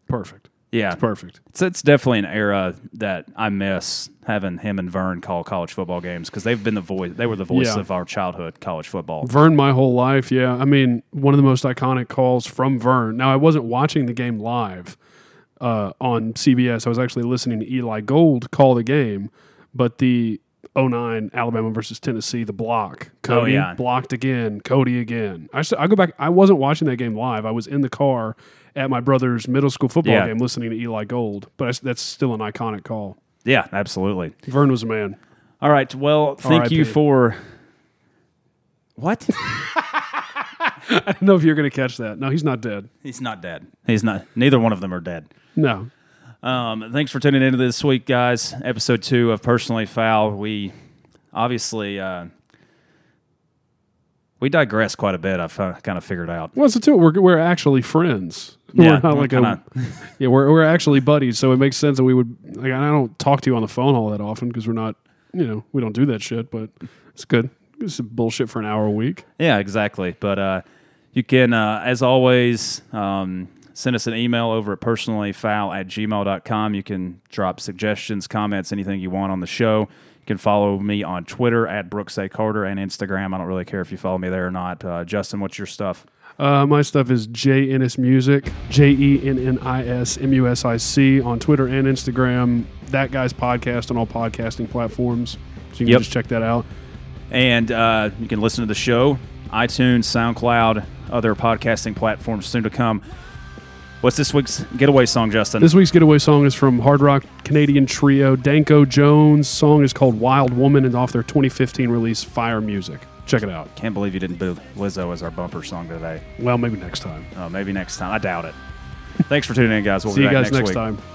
[SPEAKER 2] perfect.
[SPEAKER 1] Yeah,
[SPEAKER 2] It's perfect.
[SPEAKER 1] It's, it's definitely an era that I miss having him and Vern call college football games because they've been the voice. They were the voice
[SPEAKER 2] Yeah.
[SPEAKER 1] of our childhood college football.
[SPEAKER 2] Vern my whole life. Yeah. I mean, one of the most iconic calls from Vern. Now, I wasn't watching the game live uh, on CBS. I was actually listening to Eli Gold call the game, but the 09 Alabama versus Tennessee, the block. Cody
[SPEAKER 1] Oh, yeah.
[SPEAKER 2] blocked again, Cody again. I, s- I go back. I wasn't watching that game live. I was in the car at my brother's middle school football
[SPEAKER 1] Yeah.
[SPEAKER 2] game listening to Eli Gold, but I s that's still an iconic call.
[SPEAKER 1] Yeah, absolutely.
[SPEAKER 2] Vern was a man.
[SPEAKER 1] All right. Well, thank
[SPEAKER 2] R.I.P..
[SPEAKER 1] you for what?
[SPEAKER 2] I don't know if you're going to catch that. No, he's not dead.
[SPEAKER 1] He's not dead. He's not. Neither one of them are dead.
[SPEAKER 2] No.
[SPEAKER 1] Um, thanks for tuning into this week, guys. Episode two of Personally Foul. We obviously uh, we digress quite a bit. I've kind of figured out.
[SPEAKER 2] Well, it's the two. We're, we're actually friends.
[SPEAKER 1] Yeah,
[SPEAKER 2] we're not like
[SPEAKER 1] kinda.
[SPEAKER 2] a, yeah, we're, we're actually buddies. So it makes sense that we would. Like, I don't talk to you on the phone all that often because we're not. You know, we don't do that shit. But it's good. It's bullshit for an hour a week.
[SPEAKER 1] Yeah, exactly. But uh, you can, uh, as always, um, send us an email over at personallyfoul at gmail.com. You can drop suggestions, comments, anything you want on the show. You can follow me on Twitter at Brooks A. Carter and Instagram. I don't really care if you follow me there or not. Uh, Justin, what's your stuff?
[SPEAKER 2] Uh, my stuff is J Ennis Music, J E N N I S M U S I C on Twitter and Instagram. That guy's podcast on all podcasting platforms. So you can
[SPEAKER 1] Yep.
[SPEAKER 2] just check that out.
[SPEAKER 1] And uh, you can listen to the show, iTunes, SoundCloud, other podcasting platforms soon to come. What's this week's getaway song, Justin?
[SPEAKER 2] This week's getaway song is from hard rock Canadian trio Danko Jones. Song is called Wild Woman and off their 2015 release Fire Music. Check it out.
[SPEAKER 1] Can't believe you didn't boo Lizzo as our bumper song today.
[SPEAKER 2] Well, maybe next time.
[SPEAKER 1] Oh, maybe next time. I doubt it. Thanks for tuning in, guys. We'll
[SPEAKER 2] See
[SPEAKER 1] be
[SPEAKER 2] you
[SPEAKER 1] back
[SPEAKER 2] guys next
[SPEAKER 1] week.
[SPEAKER 2] time.